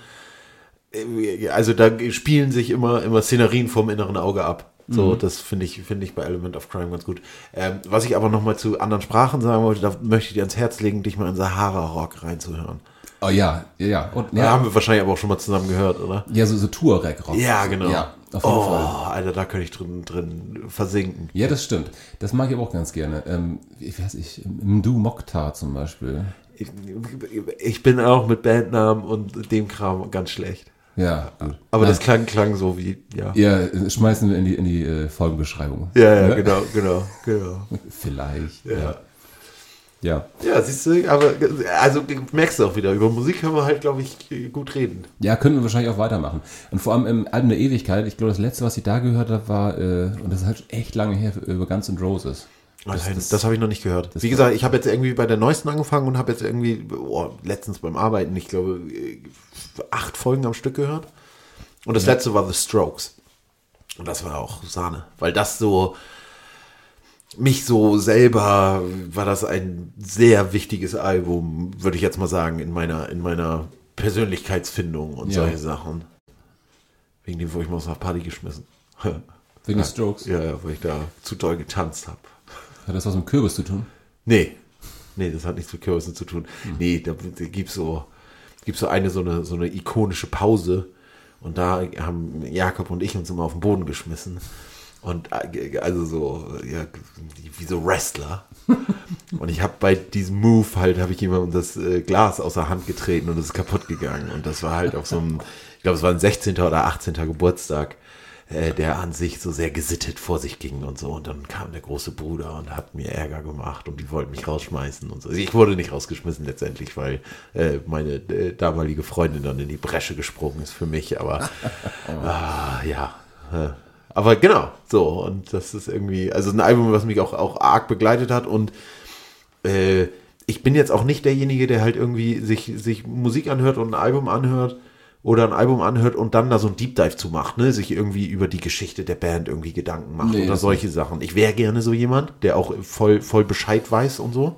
B: äh, also da spielen sich immer, immer Szenerien vom inneren Auge ab. So,
C: Mhm.
B: das finde ich, finde ich bei Element of Crime ganz gut. Ähm, was ich aber nochmal zu anderen Sprachen sagen wollte, da möchte ich dir ans Herz legen, dich mal in Sahara-Rock reinzuhören.
C: Oh ja, ja, ja. Und,
B: Da
C: ja,
B: haben wir wahrscheinlich aber auch schon mal zusammen gehört, oder?
C: ja so, so Tuareg-Rock.
B: Ja, genau.
C: Ja, auf jeden
B: oh,
C: Fall.
B: Alter, da könnte ich drin, drin versinken.
C: Ja, das stimmt. Das mag ich aber auch ganz gerne. Ähm, ich weiß nicht, Mdu Mokhtar zum Beispiel.
B: Ich, ich bin auch mit Bandnamen und dem Kram ganz schlecht.
C: Ja, gut.
B: Aber
C: Nein.
B: das klang, klang so wie, ja. Ja,
C: Ja, äh, schmeißen wir in die, in die äh, Folgenbeschreibung.
B: ja,
C: Ne?
B: genau, genau, genau.
C: Vielleicht.
B: [laughs] Ja.
C: Ja.
B: ja, siehst du, aber also merkst du auch wieder, über Musik können wir halt, glaube ich, gut reden.
C: Ja, können wir wahrscheinlich auch weitermachen. Und vor allem im Album der Ewigkeit, ich glaube, das letzte, was ich da gehört habe, war, äh, und das ist halt echt lange her, über Guns N' Roses.
B: Das, das,
C: das,
B: habe ich noch nicht gehört. Wie
C: war-
B: gesagt, ich habe jetzt irgendwie bei der neuesten angefangen und habe jetzt irgendwie oh, letztens beim Arbeiten, ich glaube, äh, acht Folgen am Stück gehört. Und das letzte war The Strokes. Und das war auch Sahne, weil das so mich so selber war das ein sehr wichtiges Album, würde ich jetzt mal sagen, in meiner in meiner Persönlichkeitsfindung und
C: Ja.
B: solche Sachen. Wegen dem wurde ich mal aus einer Party geschmissen. [laughs]
C: wegen des Strokes.
B: ja, ja, weil ich da zu doll getanzt habe.
C: Hat das was mit Kürbis zu tun?
B: Nee. Nee, das hat nichts mit Kürbissen zu tun. Nee, da gibt es so, gibt's so eine, so eine so eine ikonische Pause. Und da haben Jakob und ich uns immer auf den Boden geschmissen. Und äh, also so, ja, wie so Wrestler. Und ich habe bei diesem Move halt, habe ich jemandem das äh, Glas aus der Hand getreten und es ist kaputt gegangen. Und das war halt auf so einem, ich glaube, es war ein 16. oder 18. Geburtstag, äh, der an sich so sehr gesittet vor sich ging und so. Und dann kam der große Bruder und hat mir Ärger gemacht und die wollten mich rausschmeißen und so. Also ich wurde nicht rausgeschmissen letztendlich, weil äh, meine äh, damalige Freundin dann in die Bresche gesprungen ist für mich. Aber ah, ja. äh, Aber genau, so. Und das ist irgendwie, also ein Album, was mich auch, auch arg begleitet hat und äh, ich bin jetzt auch nicht derjenige, der halt irgendwie sich, sich Musik anhört und ein Album anhört oder ein Album anhört und dann da so ein Deep Dive zu macht, ne? sich irgendwie über die Geschichte der Band irgendwie Gedanken macht
C: Nee,
B: oder
C: das
B: solche Sachen. Ich wäre gerne so jemand, der auch voll, voll Bescheid weiß und so.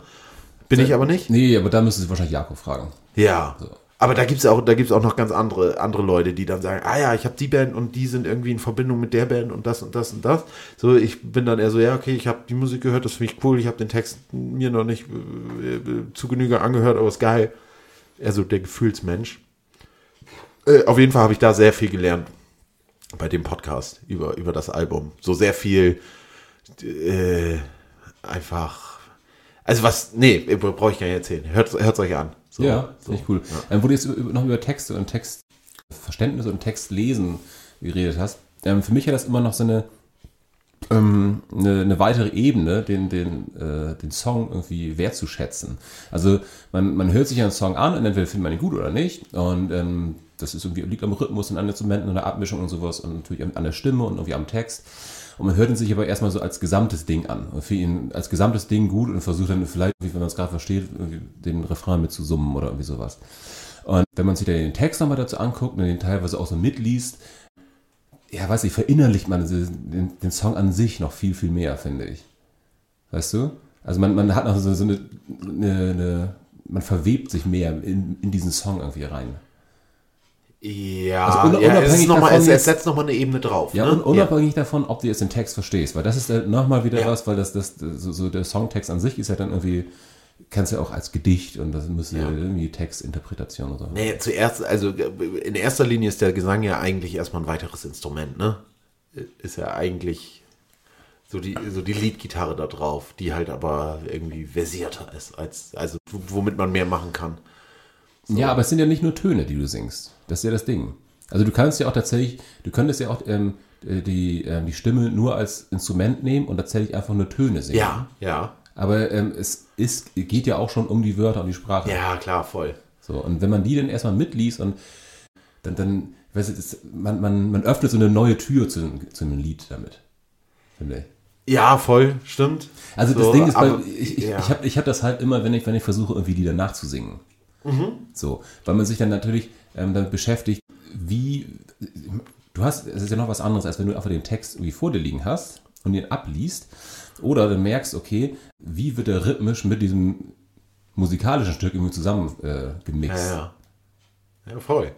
B: Bin ich aber nicht.
C: Nee, aber da müssen Sie wahrscheinlich Jakob fragen.
B: Ja. Aber da gibt's auch, da gibt's auch noch ganz andere, andere Leute, die dann sagen, ah ja, ich habe die Band und die sind irgendwie in Verbindung mit der Band und das und das und das. So, ich bin dann eher so, ja, okay, ich habe die Musik gehört, das finde ich cool, ich habe den Text mir noch nicht äh, äh, zu Genüge angehört, aber ist geil. Eher so der Gefühlsmensch. Äh, auf jeden Fall habe ich da sehr viel gelernt bei dem Podcast über, über das Album. So sehr viel äh, einfach. Also was, nee, brauche ich gar nicht erzählen. Hört es euch an. So, ne?
C: ja,
B: so.
C: finde ich cool. Ähm, wo du jetzt über- über- noch über Texte und Textverständnis und Textlesen geredet hast, ähm, für mich hat das immer noch so eine, ähm, eine, eine weitere Ebene, den, den, äh, den Song irgendwie wertzuschätzen. Also man, man hört sich einen Song an und entweder findet man ihn gut oder nicht. Und ähm, das ist irgendwie, liegt am Rhythmus und an Instrumenten und der Abmischung und sowas und natürlich an der Stimme und irgendwie am Text. Und man hört ihn sich aber erstmal so als gesamtes Ding an und für ihn als gesamtes Ding gut und versucht dann vielleicht, irgendwie, wenn man es gerade versteht, irgendwie den Refrain mit zu summen oder irgendwie sowas. Und wenn man sich dann den Text nochmal dazu anguckt und den teilweise auch so mitliest, ja, weiß ich, verinnerlicht man den, den Song an sich noch viel, viel mehr, finde ich. Weißt du? Also man, man hat noch so, so eine, eine, eine, man verwebt sich mehr in, in diesen Song irgendwie rein.
B: Ja,
C: Also un-
B: ja es,
C: unabhängig
B: ist noch mal,
C: davon
B: es,
C: jetzt-
B: es setzt nochmal eine Ebene drauf.
C: Ja,
B: ne?
C: un unabhängig davon, ob du jetzt den Text verstehst, weil das ist dann nochmal wieder
B: Ja.
C: was, weil das, das, so, so der Songtext an sich ist ja dann irgendwie, kannst du ja auch als Gedicht und das müsste ja. irgendwie Textinterpretation oder so.
B: Nee, zuerst, also in erster Linie ist der Gesang ja eigentlich erstmal ein weiteres Instrument, ne? Ist ja eigentlich so die, so die Leadgitarre da drauf, die halt aber irgendwie versierter ist, als, also womit man mehr machen kann.
C: Ja, aber es sind ja nicht nur Töne, die du singst. Das ist ja das Ding. Also du kannst ja auch tatsächlich, du könntest ja auch ähm, äh, die, ähm, die Stimme nur als Instrument nehmen und tatsächlich einfach nur Töne singen.
B: Ja, ja.
C: Aber ähm, es ist, geht ja auch schon um die Wörter und die Sprache.
B: Ja, klar, voll.
C: So, und wenn man die dann erstmal mitliest und dann, dann weißt du, das, man, man, man öffnet so eine neue Tür zu, zu einem Lied damit. Finde ich.
B: Ja, voll, stimmt.
C: Also
B: So,
C: das Ding ist, bei,
B: aber-
C: ich, ich,
B: ja.
C: ich habe ich hab das halt immer, wenn ich, wenn ich versuche, irgendwie Lieder nachzusingen.
B: Mhm.
C: So, weil man sich dann natürlich ähm, damit beschäftigt, wie, du hast, es ist ja noch was anderes, als wenn du einfach den Text irgendwie vor dir liegen hast und ihn abliest oder dann merkst, okay, wie wird er rhythmisch mit diesem musikalischen Stück irgendwie zusammen äh,
B: Ja,
C: gemixt.
B: ja. Ja, voll.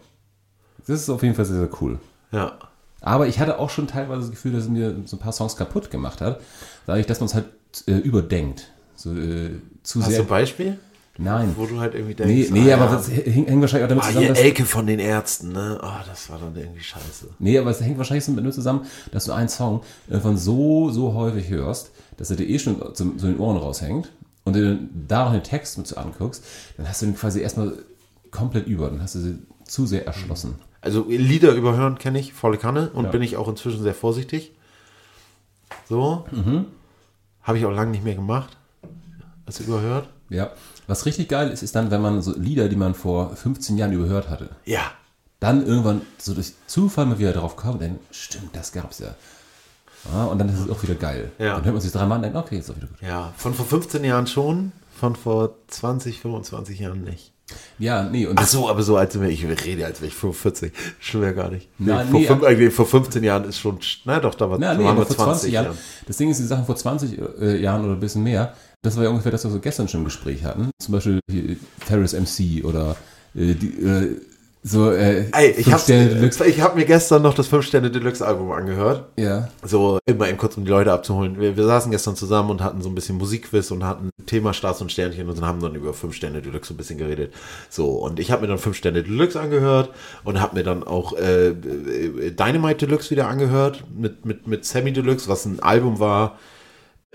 C: Das ist auf jeden Fall sehr, sehr cool.
B: Ja.
C: Aber ich hatte auch schon teilweise das Gefühl, dass es mir so ein paar Songs kaputt gemacht hat, dadurch, dass man es halt äh, überdenkt. So, äh, zu
B: Hast
C: sehr.
B: du ein Beispiel,
C: Nein.
B: wo du halt irgendwie
C: Nee,
B: denkst?
C: nee
B: ah,
C: aber
B: ja.
C: das hängt hängt wahrscheinlich auch damit
B: Ah,
C: zusammen,
B: hier
C: dass,
B: Elke von den Ärzten, ne? Ah, das war dann irgendwie scheiße.
C: nee, aber es hängt wahrscheinlich so mit damit zusammen, dass du einen Song irgendwann so, so häufig hörst, dass er dir eh schon zu, zu den Ohren raushängt und dir dann da noch den Text mit zu anguckst, dann hast du den quasi erstmal komplett über, dann hast du sie zu sehr erschlossen.
B: Also Lieder überhören kenne ich, volle Kanne und
C: Ja.
B: bin ich auch inzwischen sehr vorsichtig. So.
C: Mhm.
B: Habe ich auch lange nicht mehr gemacht. Hast du überhört?
C: Ja. Was richtig geil ist, ist dann, wenn man so Lieder, die man vor 15 Jahren überhört hatte,
B: Ja.
C: dann irgendwann so durch Zufall mal wieder drauf kommen, dann stimmt, das gab's ja. Ah, und dann ist es auch wieder geil.
B: Ja.
C: Dann hört man sich dreimal an und denkt, okay, ist auch wieder gut.
B: Ja. Von vor 15 Jahren schon, von vor 20, 25 Jahren nicht.
C: Ja, nee, und
B: Ach
C: das,
B: so, aber so als ich rede, als wäre ich 45. Stimmt ja gar nicht.
C: Nein,
B: vor,
C: nee,
B: fünf, äh, vor 15 Jahren ist schon. Na doch, da war,
C: na,
B: da
C: nee,
B: waren
C: aber
B: wir
C: vor 20, Jahren. Das Ding ist, die Sachen vor 20 äh, Jahren oder ein bisschen mehr, das war ja ungefähr das, was wir gestern schon im Gespräch hatten. Zum Beispiel hier Ferris MC oder äh, die, äh, So, äh,
B: Ey, ich
C: fünf
B: hab's,
C: Sterne Deluxe.
B: ich hab mir gestern noch das 5-Sterne-Deluxe-Album angehört.
C: Ja.
B: So, immer eben kurz, um die Leute abzuholen. Wir, wir saßen gestern zusammen und hatten so ein bisschen Musikquiz und hatten Thema Stars und Sternchen und haben dann über 5 Sterne Deluxe so ein bisschen geredet. So, und ich habe mir dann 5 Sterne Deluxe angehört und habe mir dann auch äh, äh, Dynamite Deluxe wieder angehört mit, mit, mit Sammy Deluxe, was ein Album war,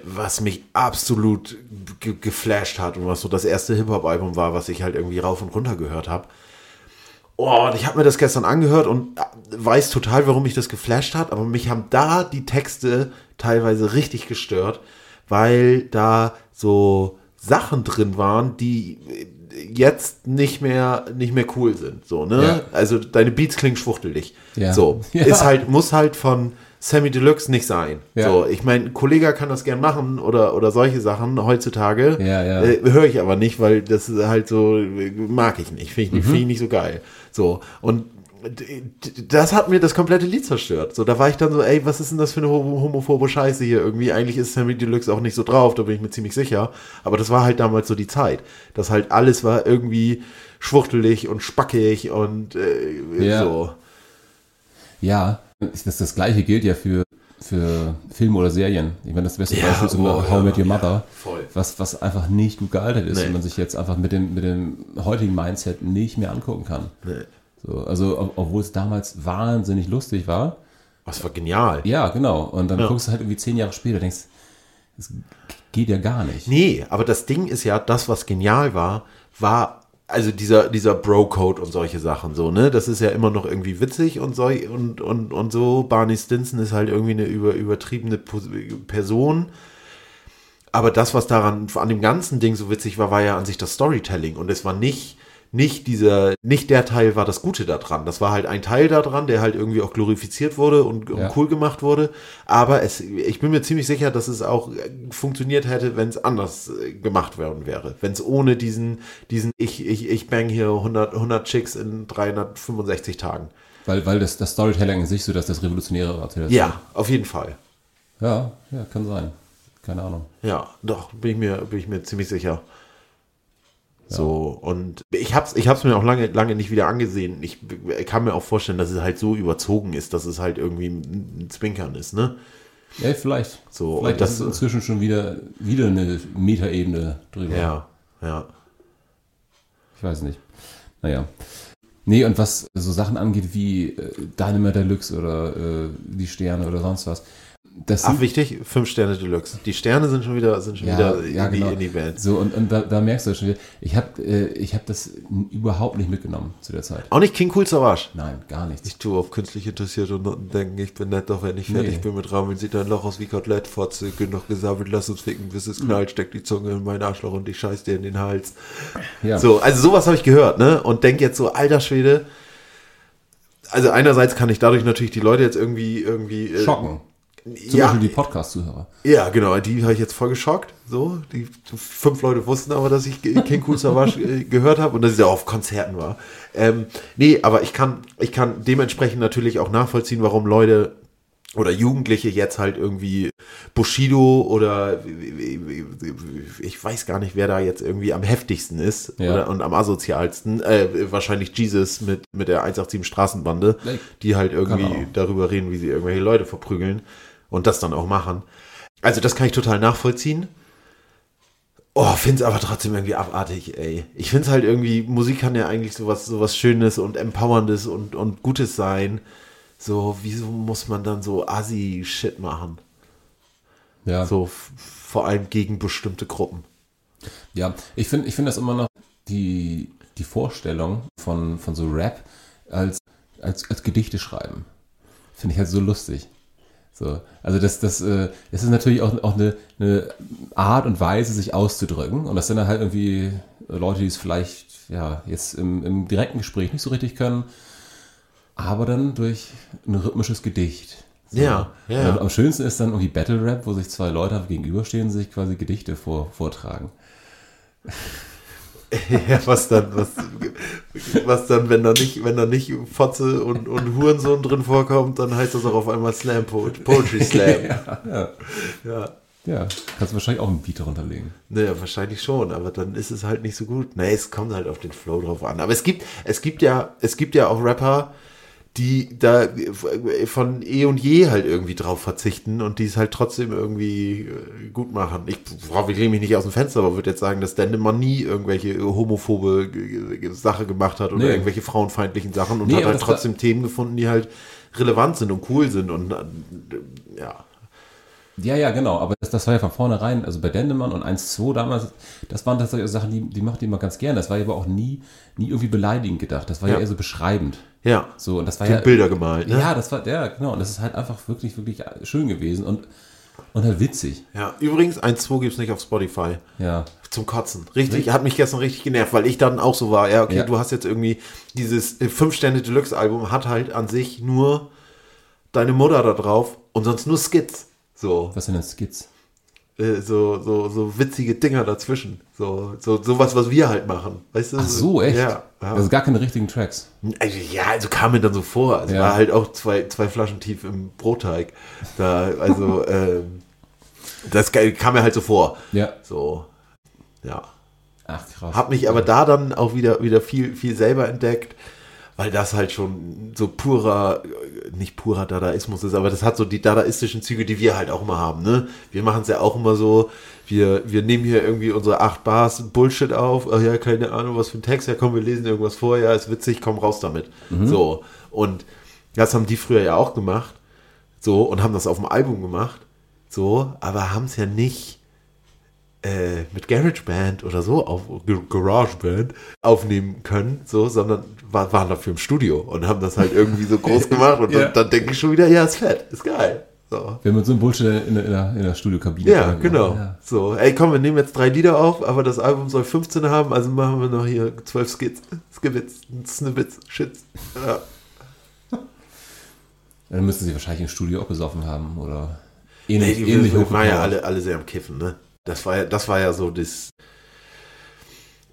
B: was mich absolut ge geflasht hat und was so das erste Hip-Hop-Album war, was ich halt irgendwie rauf und runter gehört habe. Oh, und ich habe mir das gestern angehört und äh, weiß total, warum mich das geflasht hat, aber mich haben da die Texte teilweise richtig gestört, weil da so Sachen drin waren, die äh, jetzt nicht mehr nicht mehr cool sind, so, ne?
C: Ja.
B: Also deine Beats klingen schwuchtelig.
C: Ja.
B: So,
C: [laughs] Ja.
B: ist halt muss halt von Sammy Deluxe nicht sein.
C: Ja.
B: So, ich meine, ein Kollege kann das gern machen oder oder solche Sachen heutzutage.
C: Ja, ja.
B: Äh, höre ich aber nicht, weil das ist halt so, äh, mag ich nicht, finde ich, nicht-
C: Mhm.
B: finde ich nicht so geil. So, und d- d- das hat mir das komplette Lied zerstört. So, da war ich dann so, ey, was ist denn das für eine homo- homophobe Scheiße hier irgendwie? Eigentlich ist Sammy Deluxe auch nicht so drauf, da bin ich mir ziemlich sicher. Aber das war halt damals so die Zeit, dass halt alles war irgendwie schwuchtelig und spackig und äh,
C: Ja.
B: so.
C: Ja, das, das gleiche gilt ja für, für Filme oder Serien. Ich meine, das beste
B: Ja,
C: Beispiel ist immer
B: oh,
C: How
B: ja,
C: I Met Your Mother,
B: voll.
C: was, was einfach nicht gut gealtert ist
B: Nee.
C: und man sich jetzt einfach mit dem, mit dem heutigen Mindset nicht mehr angucken kann.
B: Nee.
C: So, also, ob- obwohl es damals wahnsinnig lustig war.
B: Was war genial.
C: Ja, genau. Und dann
B: Ja.
C: guckst du halt irgendwie zehn Jahre später, denkst, das geht ja gar nicht.
B: Nee, aber das Ding ist ja, das, was genial war, war, also dieser, dieser Bro-Code und solche Sachen so, ne? Das ist ja immer noch irgendwie witzig und so, und, und, und so. Barney Stinson ist halt irgendwie eine über, übertriebene Pos- Person. Aber das, was daran, an dem ganzen Ding so witzig war, war ja an sich das Storytelling. Und es war nicht, nicht dieser, nicht der Teil war das Gute daran. Das war halt ein Teil daran, der halt irgendwie auch glorifiziert wurde und, und
C: Ja.
B: cool gemacht wurde. Aber es, ich bin mir ziemlich sicher, dass es auch äh, funktioniert hätte, wenn es anders äh, gemacht worden wäre. Wenn es ohne diesen, diesen, ich, ich, ich bang hier 100, 100 Chicks in 365 Tagen.
C: Weil, weil das, das Storytelling in sich so, dass das Revolutionäre war. zu der Zeit.
B: Ja, auf jeden Fall.
C: ja. Ja, kann sein. Keine Ahnung.
B: Ja, doch, bin ich mir, bin ich mir ziemlich sicher. So, und ich hab's, ich hab's mir auch lange, lange nicht wieder angesehen. Ich kann mir auch vorstellen, dass es halt so überzogen ist, dass es halt irgendwie ein Zwinkern ist, ne?
C: Ja, vielleicht.
B: So,
C: vielleicht
B: und das-
C: ist es inzwischen schon wieder, wieder eine Metaebene drüber.
B: Ja, ja.
C: Ich weiß nicht. Naja. Nee, und was so Sachen angeht wie äh, Dynamite Deluxe oder äh, die Sterne oder sonst was. Das
B: Ach,
C: sind-
B: wichtig, fünf Sterne Deluxe. Die Sterne sind schon wieder, sind schon wieder in, die, in die Band.
C: genau. So, und, und da, da merkst du schon wieder, ich habe äh, ich hab das n- überhaupt nicht mitgenommen zu der Zeit.
B: Auch nicht King Cool Savage.
C: Nein, gar nichts.
B: Ich tue auf künstlich interessiert und denken, ich bin nett, doch wenn ich
C: Nee.
B: fertig bin mit Ramen, sieht ein Loch aus wie Kotelettfotze, genug gesammelt, lass uns ficken, bis es knallt, steckt die Zunge in meinen Arschloch und ich scheiß dir in den Hals.
C: Ja.
B: So, also sowas habe ich gehört, ne? Und denk jetzt so, alter Schwede. Also einerseits kann ich dadurch natürlich die Leute jetzt irgendwie irgendwie äh,
C: Schocken. Zum
B: Ja,
C: Beispiel die Podcast-Zuhörer.
B: ja, genau, die habe ich jetzt voll geschockt. So, die fünf Leute wussten aber, dass ich King Cool Savage äh, gehört habe und dass ich auch auf Konzerten war. Ähm, nee, aber ich kann, ich kann dementsprechend natürlich auch nachvollziehen, warum Leute oder Jugendliche jetzt halt irgendwie Bushido oder ich weiß gar nicht, wer da jetzt irgendwie am heftigsten ist
C: Ja.
B: oder, und am asozialsten. Äh, wahrscheinlich Jesus mit, mit der 187 Straßenbande,
C: Ey,
B: die halt irgendwie
C: kann auch.
B: darüber reden, wie sie irgendwelche Leute verprügeln und das dann auch machen. Also das kann ich total nachvollziehen. Oh, find's aber trotzdem irgendwie abartig, ey. Ich find's halt irgendwie, Musik kann ja eigentlich sowas, sowas Schönes und Empowerndes und, und Gutes sein. So, wieso muss man dann so Assi-Shit machen?
C: Ja.
B: So, f- vor allem gegen bestimmte Gruppen. [laughs]
C: Ja, ich finde ich find das immer noch die, die Vorstellung von, von so Rap als, als, als Gedichte schreiben. Finde ich halt so lustig. So, also das, das, äh, es ist natürlich auch, auch eine, eine Art und Weise, sich auszudrücken. Und das sind dann halt irgendwie Leute, die es vielleicht ja, jetzt im, im direkten Gespräch nicht so richtig können, aber dann durch ein rhythmisches Gedicht. So.
B: Ja, ja.
C: Und am schönsten ist dann irgendwie Battle Rap, wo sich zwei Leute gegenüberstehen und sich quasi Gedichte vor, vortragen.
B: Ja, was dann, was, was dann, wenn da nicht, wenn da nicht Fotze und, und Hurensohn drin vorkommt, dann heißt das auch auf einmal Slam Po- Poetry Slam. ja.
C: Ja, kannst du wahrscheinlich auch einen Beat runterlegen.
B: Naja, wahrscheinlich schon, aber dann ist es halt nicht so gut. Nee, es kommt halt auf den Flow drauf an. Aber es gibt, es gibt ja, es gibt ja auch Rapper, die da von eh und je halt irgendwie drauf verzichten und die es halt trotzdem irgendwie äh, gut machen. Ich, boah, ich lehne mich nicht aus dem Fenster, aber würde jetzt sagen, dass Dendemann nie irgendwelche homophobe äh, äh, Sache gemacht hat oder
C: Nee.
B: irgendwelche frauenfeindlichen Sachen und
C: Nee,
B: hat
C: aber
B: halt
C: das-
B: trotzdem Themen gefunden, die halt relevant sind und cool sind und äh, ja.
C: Ja, ja, genau. Aber das, das war ja von vornherein, also bei Dendemann und 1-2 damals, das waren tatsächlich Sachen, die, die machte ich immer ganz gern. Das war ja aber auch nie, nie irgendwie beleidigend gedacht. Das war ja,
B: Ja.
C: eher so beschreibend.
B: Ja.
C: So, und das war
B: Die
C: ja.
B: Bilder gemalt, ne?
C: Ja, das war, ja, genau. Und das ist halt einfach wirklich, wirklich schön gewesen und, und halt witzig.
B: Ja, übrigens, 1-2 gibt's nicht auf Spotify.
C: Ja.
B: Zum Kotzen. Richtig, hat mich gestern richtig genervt, weil ich dann auch so war. Ja, okay,
C: Ja.
B: du hast jetzt irgendwie dieses 5-Sterne-Deluxe-Album hat halt an sich nur deine Mutter da drauf und sonst nur Skits. So,
C: Was sind denn Skits?
B: äh, so, so, so witzige Dinger dazwischen. So, so, sowas, was wir halt machen. Weißt du?
C: Ach so, echt?
B: Ja. ja.
C: Also gar keine richtigen Tracks.
B: Also, ja, also kam mir dann so vor. Also
C: Ja.
B: war halt auch zwei, zwei Flaschen tief im Brotteig. Da, also, [laughs] ähm, das kam mir halt so vor.
C: Ja.
B: So, ja.
C: Ach, krass.
B: Hab mich aber da dann auch wieder, wieder viel, viel selber entdeckt, weil das halt schon so purer, äh, nicht purer Dadaismus ist, aber das hat so die dadaistischen Züge, die wir halt auch immer haben. Ne? Wir machen es ja auch immer so, wir, wir nehmen hier irgendwie unsere acht Bars Bullshit auf, ach ja, keine Ahnung, was für ein Text, ja komm, wir lesen irgendwas vor, ja, ist witzig, komm raus damit. So, und das haben die früher ja auch gemacht, so, und haben das auf dem Album gemacht, so, aber haben es ja nicht äh, mit GarageBand oder so auf G- GarageBand aufnehmen können, so, sondern war, waren dafür im Studio und haben das halt irgendwie
C: [laughs]
B: so groß gemacht und
C: Ja.
B: dann, dann denke ich schon wieder, ja, ist fett, ist geil. So.
C: Wir haben so einen Bullshit in der, in der, in der Studiokabine.
B: Ja,
C: gemacht.
B: genau.
C: Ja.
B: So, ey, komm, wir nehmen jetzt drei Lieder auf, aber das Album soll 15 haben, also machen wir noch hier 12 Skits, Skibits, Snippets, Shits. Ja.
C: Dann müssen sie wahrscheinlich im Studio auch besoffen haben oder
B: Nee,
C: ähnlich,
B: die
C: ähnlich
B: wir- wir waren ja
C: hochgepowert.
B: alle, alle sehr am Kiffen, ne? Das war ja, das war ja so das.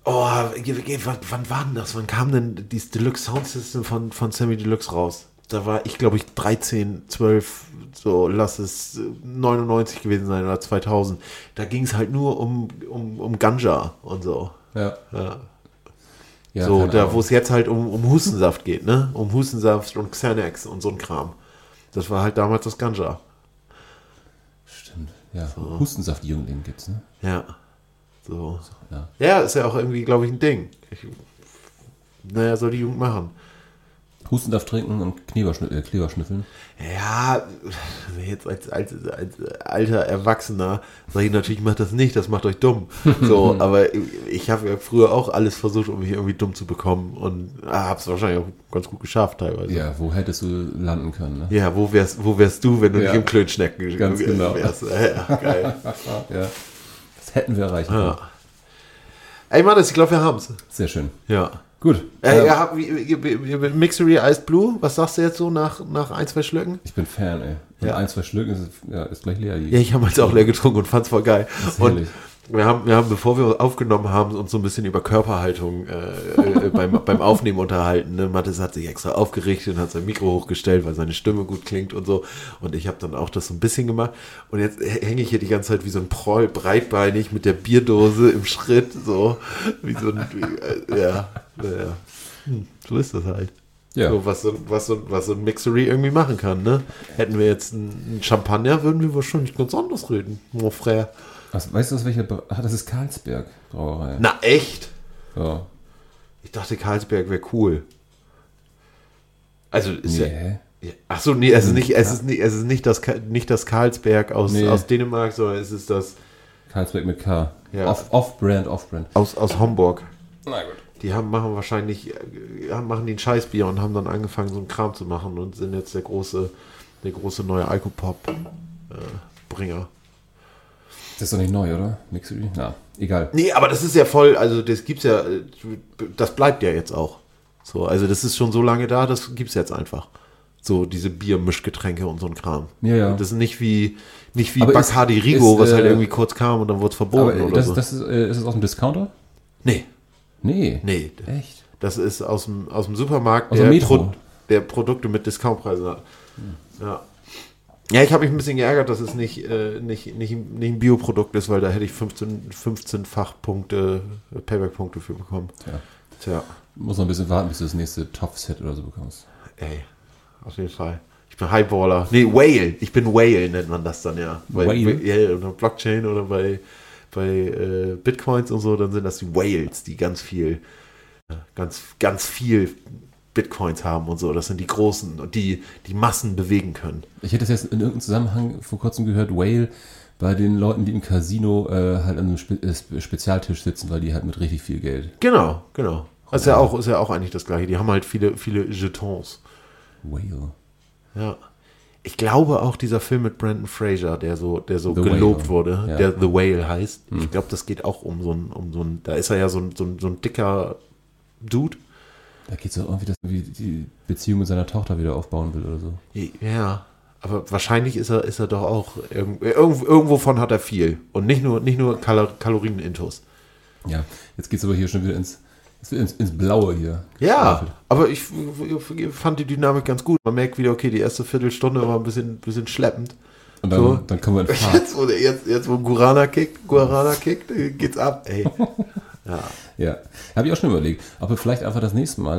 B: Oh, ge- ge- wann- wann war denn das? Wann kam denn dieses Deluxe Sound System von, von Sammy Deluxe raus? Da war ich, glaube ich, 13, 12, so lass es äh, 99 gewesen sein oder 2000. Da ging es halt nur um, um, um Ganja und so.
C: Ja.
B: Ja.
C: Ja,
B: so,
C: keine
B: da
C: Ahnung.
B: wo es jetzt halt um, um Hustensaft geht, ne? Um Hustensaft und Xanax und so ein Kram. Das war halt damals das Ganja.
C: Stimmt. Ja. Hustensaft-Jüngling gibt's, ne?
B: Ja. So.
C: Ja.
B: Ja, ist ja auch irgendwie, glaube ich, ein Ding. Ich, naja, soll die Jugend machen.
C: Hustensaft trinken und Kleberschnü äh, Kleberschnüffeln.
B: Ja, jetzt als, als, als alter Erwachsener sage ich natürlich, macht das nicht, das macht euch dumm.
C: [laughs]
B: So, aber ich habe ja früher auch alles versucht, um mich irgendwie dumm zu bekommen und ah, habe es wahrscheinlich auch ganz gut geschafft teilweise.
C: Ja, wo hättest du landen können, ne?
B: Ja, wo wärst, wo wärst du, wenn du
C: Ja.
B: nicht im Klönschnecken
C: Ganz genau.
B: wärst? Ja,
C: [laughs]
B: geil.
C: Ja. Das hätten wir erreichen können.
B: Ja. Ey, Mann, ich glaube, wir haben's.
C: Sehr schön.
B: Ja.
C: Gut.
B: Äh,
C: Ähm,
B: ihr habt- wie- wie- wie- wie- Mixery Ice Blue, was sagst du jetzt so nach, nach ein, zwei Schlücken?
C: Ich bin Fan, ey. Und
B: Ja.
C: ein, zwei Schlücken ist, ja, ist gleich leer. die-
B: Ja, ich habe jetzt auch leer getrunken und fand's voll geil.
C: ist
B: Und
C: herrlich.
B: wir haben, wir haben, bevor wir aufgenommen haben, uns so ein bisschen über Körperhaltung äh, äh, [laughs] beim, beim Aufnehmen unterhalten. Ne? Mathis hat sich extra aufgerichtet und hat sein Mikro hochgestellt, weil seine Stimme gut klingt und so. Und ich habe dann auch das so ein bisschen gemacht. Und jetzt hänge ich hier die ganze Zeit wie so ein Proll, breitbeinig mit der Bierdose im Schritt. So, wie so ein, wie, äh, ja, naja. Hm, so ist das halt.
C: Ja.
B: So, was, so, was, so, was so ein Mixery irgendwie machen kann, ne? Hätten wir jetzt einen Champagner, würden wir wahrscheinlich ganz anders reden, mon frère.
C: Was, weißt du, aus welcher. Bra- Ah, das ist Karlsberg Brauerei.
B: Na echt?
C: Ja.
B: Ich dachte, Karlsberg wäre cool. Also ist ja.
C: Nee.
B: ja. Ach so, nee, es ist nicht, es ist nicht, es ist nicht das, Ka- nicht das Karlsberg aus,
C: Nee.
B: aus Dänemark, sondern es ist das
C: Karlsberg mit K.
B: Ja.
C: Off- Off-Brand, Off-Brand.
B: aus, aus Homburg.
C: Na gut.
B: Die haben, machen wahrscheinlich, äh, haben- machen den Scheißbier und haben dann angefangen, so einen Kram zu machen und sind jetzt der große, der große neue äh, Alkopop-Bringer.
C: Das ist doch nicht neu, oder? Mixery? Na, egal.
B: Nee, aber das ist ja voll, also das gibt's ja, äh, das bleibt ja jetzt auch. So, also das ist schon so lange da, das gibt's jetzt einfach. So diese Biermischgetränke und so ein Kram.
C: Ja, ja.
B: Das ist nicht wie nicht wie
C: Aber ist-
B: Bacardi Rigo,
C: ist,
B: was halt
C: äh,
B: irgendwie kurz kam und dann wurde es
C: Aber
B: verboten
C: äh,
B: oder
C: das,
B: so.
C: das ist, äh, ist das aus dem Discounter?
B: nee,
C: Nee.
B: nee,
C: Echt?
B: das ist aus dem aus dem Supermarkt,
C: Aus dem Metro.
B: der Produkte mit Discountpreisen hat. Ja. Ja, ich habe mich ein bisschen geärgert, dass es nicht, äh, nicht, nicht, nicht ein Bioprodukt ist, weil da hätte ich 15, 15-fach Punkte, äh, Payback-Punkte für bekommen.
C: Tja.
B: Tja,
C: Muss noch ein bisschen warten, bis du das nächste Topf-Set oder so bekommst.
B: ey, auf jeden Fall. Ich bin Highballer. Nee, Whale. Ich bin Whale, nennt man das dann ja. Bei,
C: Whale?
B: Ja, oder Blockchain oder bei, bei äh, Bitcoins und so, dann sind das die Whales, die ganz viel, äh, ganz, ganz viel Bitcoins haben und so. Das sind die Großen und die, die Massen bewegen können.
C: Ich hätte das jetzt in irgendeinem Zusammenhang vor kurzem gehört, Whale, bei den Leuten, die im Casino äh, halt an einem Spe äh, Spe- Spezialtisch sitzen, weil die halt mit richtig viel Geld.
B: Genau, genau. Ist ja, auch, ist ja auch eigentlich das gleiche. Die haben halt viele, viele Jetons.
C: Whale.
B: Ja. Ich glaube auch dieser Film mit Brandon Fraser, der so, der so
C: The
B: gelobt
C: Whale.
B: wurde,
C: Ja. Mhm.
B: der The Whale heißt. Ich glaube, das geht auch um so ein, um so ein, da ist er ja so ein, so ein, so ein dicker Dude.
C: Da geht es doch irgendwie, dass er irgendwie die Beziehung mit seiner Tochter wieder aufbauen will oder so.
B: Ja. Aber wahrscheinlich ist er, ist er doch auch, irgend, irgendwo, irgendwovon hat er viel. Und nicht nur, nicht nur Kalor Kalorienintus.
C: Ja, jetzt geht es aber hier schon wieder ins, es wird ins, ins Blaue hier.
B: Ja, aber ich f- f- fand die Dynamik ganz gut. Man merkt wieder, okay, die erste Viertelstunde war ein bisschen, bisschen schleppend.
C: Und dann,
B: So.
C: dann kommen wir in Fahrt.
B: [laughs] Jetzt, wo, der- jetzt, jetzt, wo Gurana kickt, Guarana kickt, äh, geht's ab, ey.
C: ja, habe ich auch schon überlegt, ob wir vielleicht einfach das nächste Mal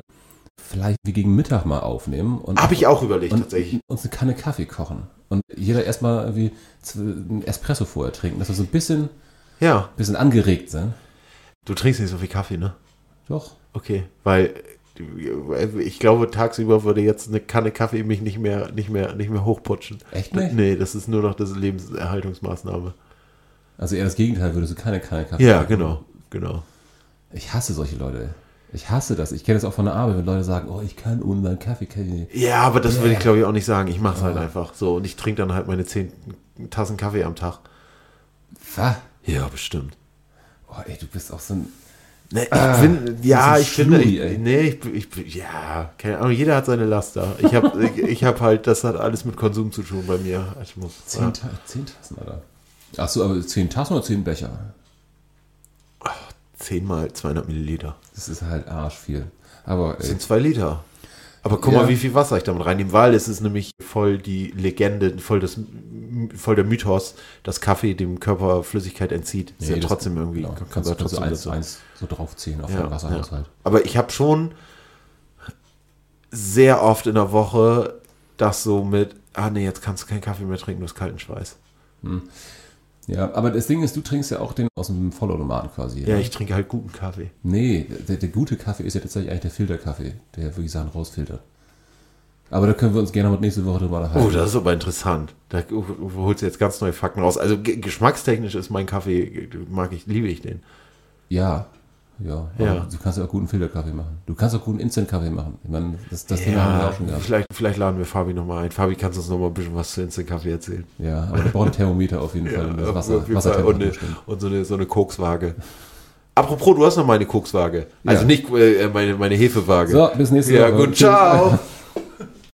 C: vielleicht wie gegen Mittag mal aufnehmen. und-
B: Habe ich auch überlegt,
C: und
B: tatsächlich.
C: uns eine Kanne Kaffee kochen. Und jeder erstmal irgendwie z- einen Espresso vorher trinken, dass wir so ein bisschen,
B: Ja.
C: bisschen angeregt sind.
B: Du trinkst nicht so viel Kaffee, ne?
C: Doch.
B: Okay. Weil äh, ich glaube, tagsüber würde jetzt eine Kanne Kaffee mich nicht mehr, nicht mehr, nicht mehr hochputschen.
C: Echt nicht?
B: Nee, das ist nur noch das Lebenserhaltungsmaßnahme.
C: Also eher das Gegenteil, würdest du keine Kanne Kaffee
B: Ja,
C: trinken.
B: genau. Genau.
C: Ich hasse solche Leute. Ich hasse das. Ich kenne das auch von der Arbeit, wenn Leute sagen, oh, ich kann ohne meinen Kaffee. Kann ich nicht.
B: Ja, aber das würde ich glaube ich auch nicht sagen. Ich mache es
C: Ah.
B: halt einfach so und ich trinke dann halt meine zehn Tassen Kaffee am Tag.
C: Was?
B: Ja, bestimmt.
C: Oh, ey, du bist auch so ein...
B: Nee, Ne, ich bin, ja,
C: Ah, das
B: ich
C: ist
B: finde,
C: Schluri,
B: ich,
C: ey.
B: nee, ich, ich, ja, keine Ahnung, jeder hat seine Laster. Ich habe, ich, ich habe halt, das hat alles mit Konsum zu tun bei mir. Ich muss,
C: Zehn, Ta zehn Tassen, Alter. Achso, aber zehn Tassen oder zehn Becher?
B: zehnmal 200 Milliliter.
C: Das ist halt arschviel. Aber
B: Das
C: ey,
B: sind zwei Liter. Aber guck
C: Ja.
B: mal, wie viel Wasser ich damit reinnehme, weil es ist nämlich voll die Legende, voll das, voll der Mythos, dass Kaffee dem Körper Flüssigkeit entzieht. Ist ja
C: das-
B: trotzdem irgendwie,
C: genau,
B: kann-
C: kannst,
B: kann-
C: kannst du
B: trotzdem
C: eins
B: dazu.
C: zu eins so draufziehen auf halt.
B: Ja,
C: deinen Wasserhaushalt.
B: ja. Aber ich habe schon sehr oft in der Woche das so mit, ah nee, jetzt kannst du keinen Kaffee mehr trinken, du hast kalten Schweiß.
C: Ja, aber das Ding ist, du trinkst ja auch den aus dem Vollautomaten quasi.
B: Ja,
C: ne?
B: ich trinke halt guten Kaffee.
C: Nee, der, der gute Kaffee ist ja tatsächlich eigentlich der Filterkaffee, der wirklich Sachen rausfiltert. Aber da können wir uns gerne mal nächste Woche drüber unterhalten.
B: Oh, das ist aber interessant. Da holst du jetzt ganz neue Fakten raus. Also ge- geschmackstechnisch ist mein Kaffee, mag ich, liebe ich den.
C: Ja. Ja,
B: Ja.
C: aber du kannst ja auch guten Filterkaffee machen. Du kannst auch guten Instant-Kaffee machen. Ich meine, das, das Thema haben wir auch schon gehabt.
B: vielleicht, vielleicht laden wir Fabi nochmal ein. Fabi, kannst du uns nochmal ein bisschen was zu Instant Kaffee erzählen?
C: Ja, aber der braucht ein Thermometer auf jeden Fall, um das
B: auf
C: Wasser,
B: jeden Fall.
C: Wassertemperatur
B: und, eine,
C: bestimmt.
B: und so eine, so eine Kokswaage. Apropos, du hast noch meine Kokswaage. Also
C: Ja.
B: nicht äh, meine, meine Hefewaage.
C: So, bis nächste
B: Ja,
C: Woche.
B: gut,
C: Tschüss.
B: [laughs] ciao.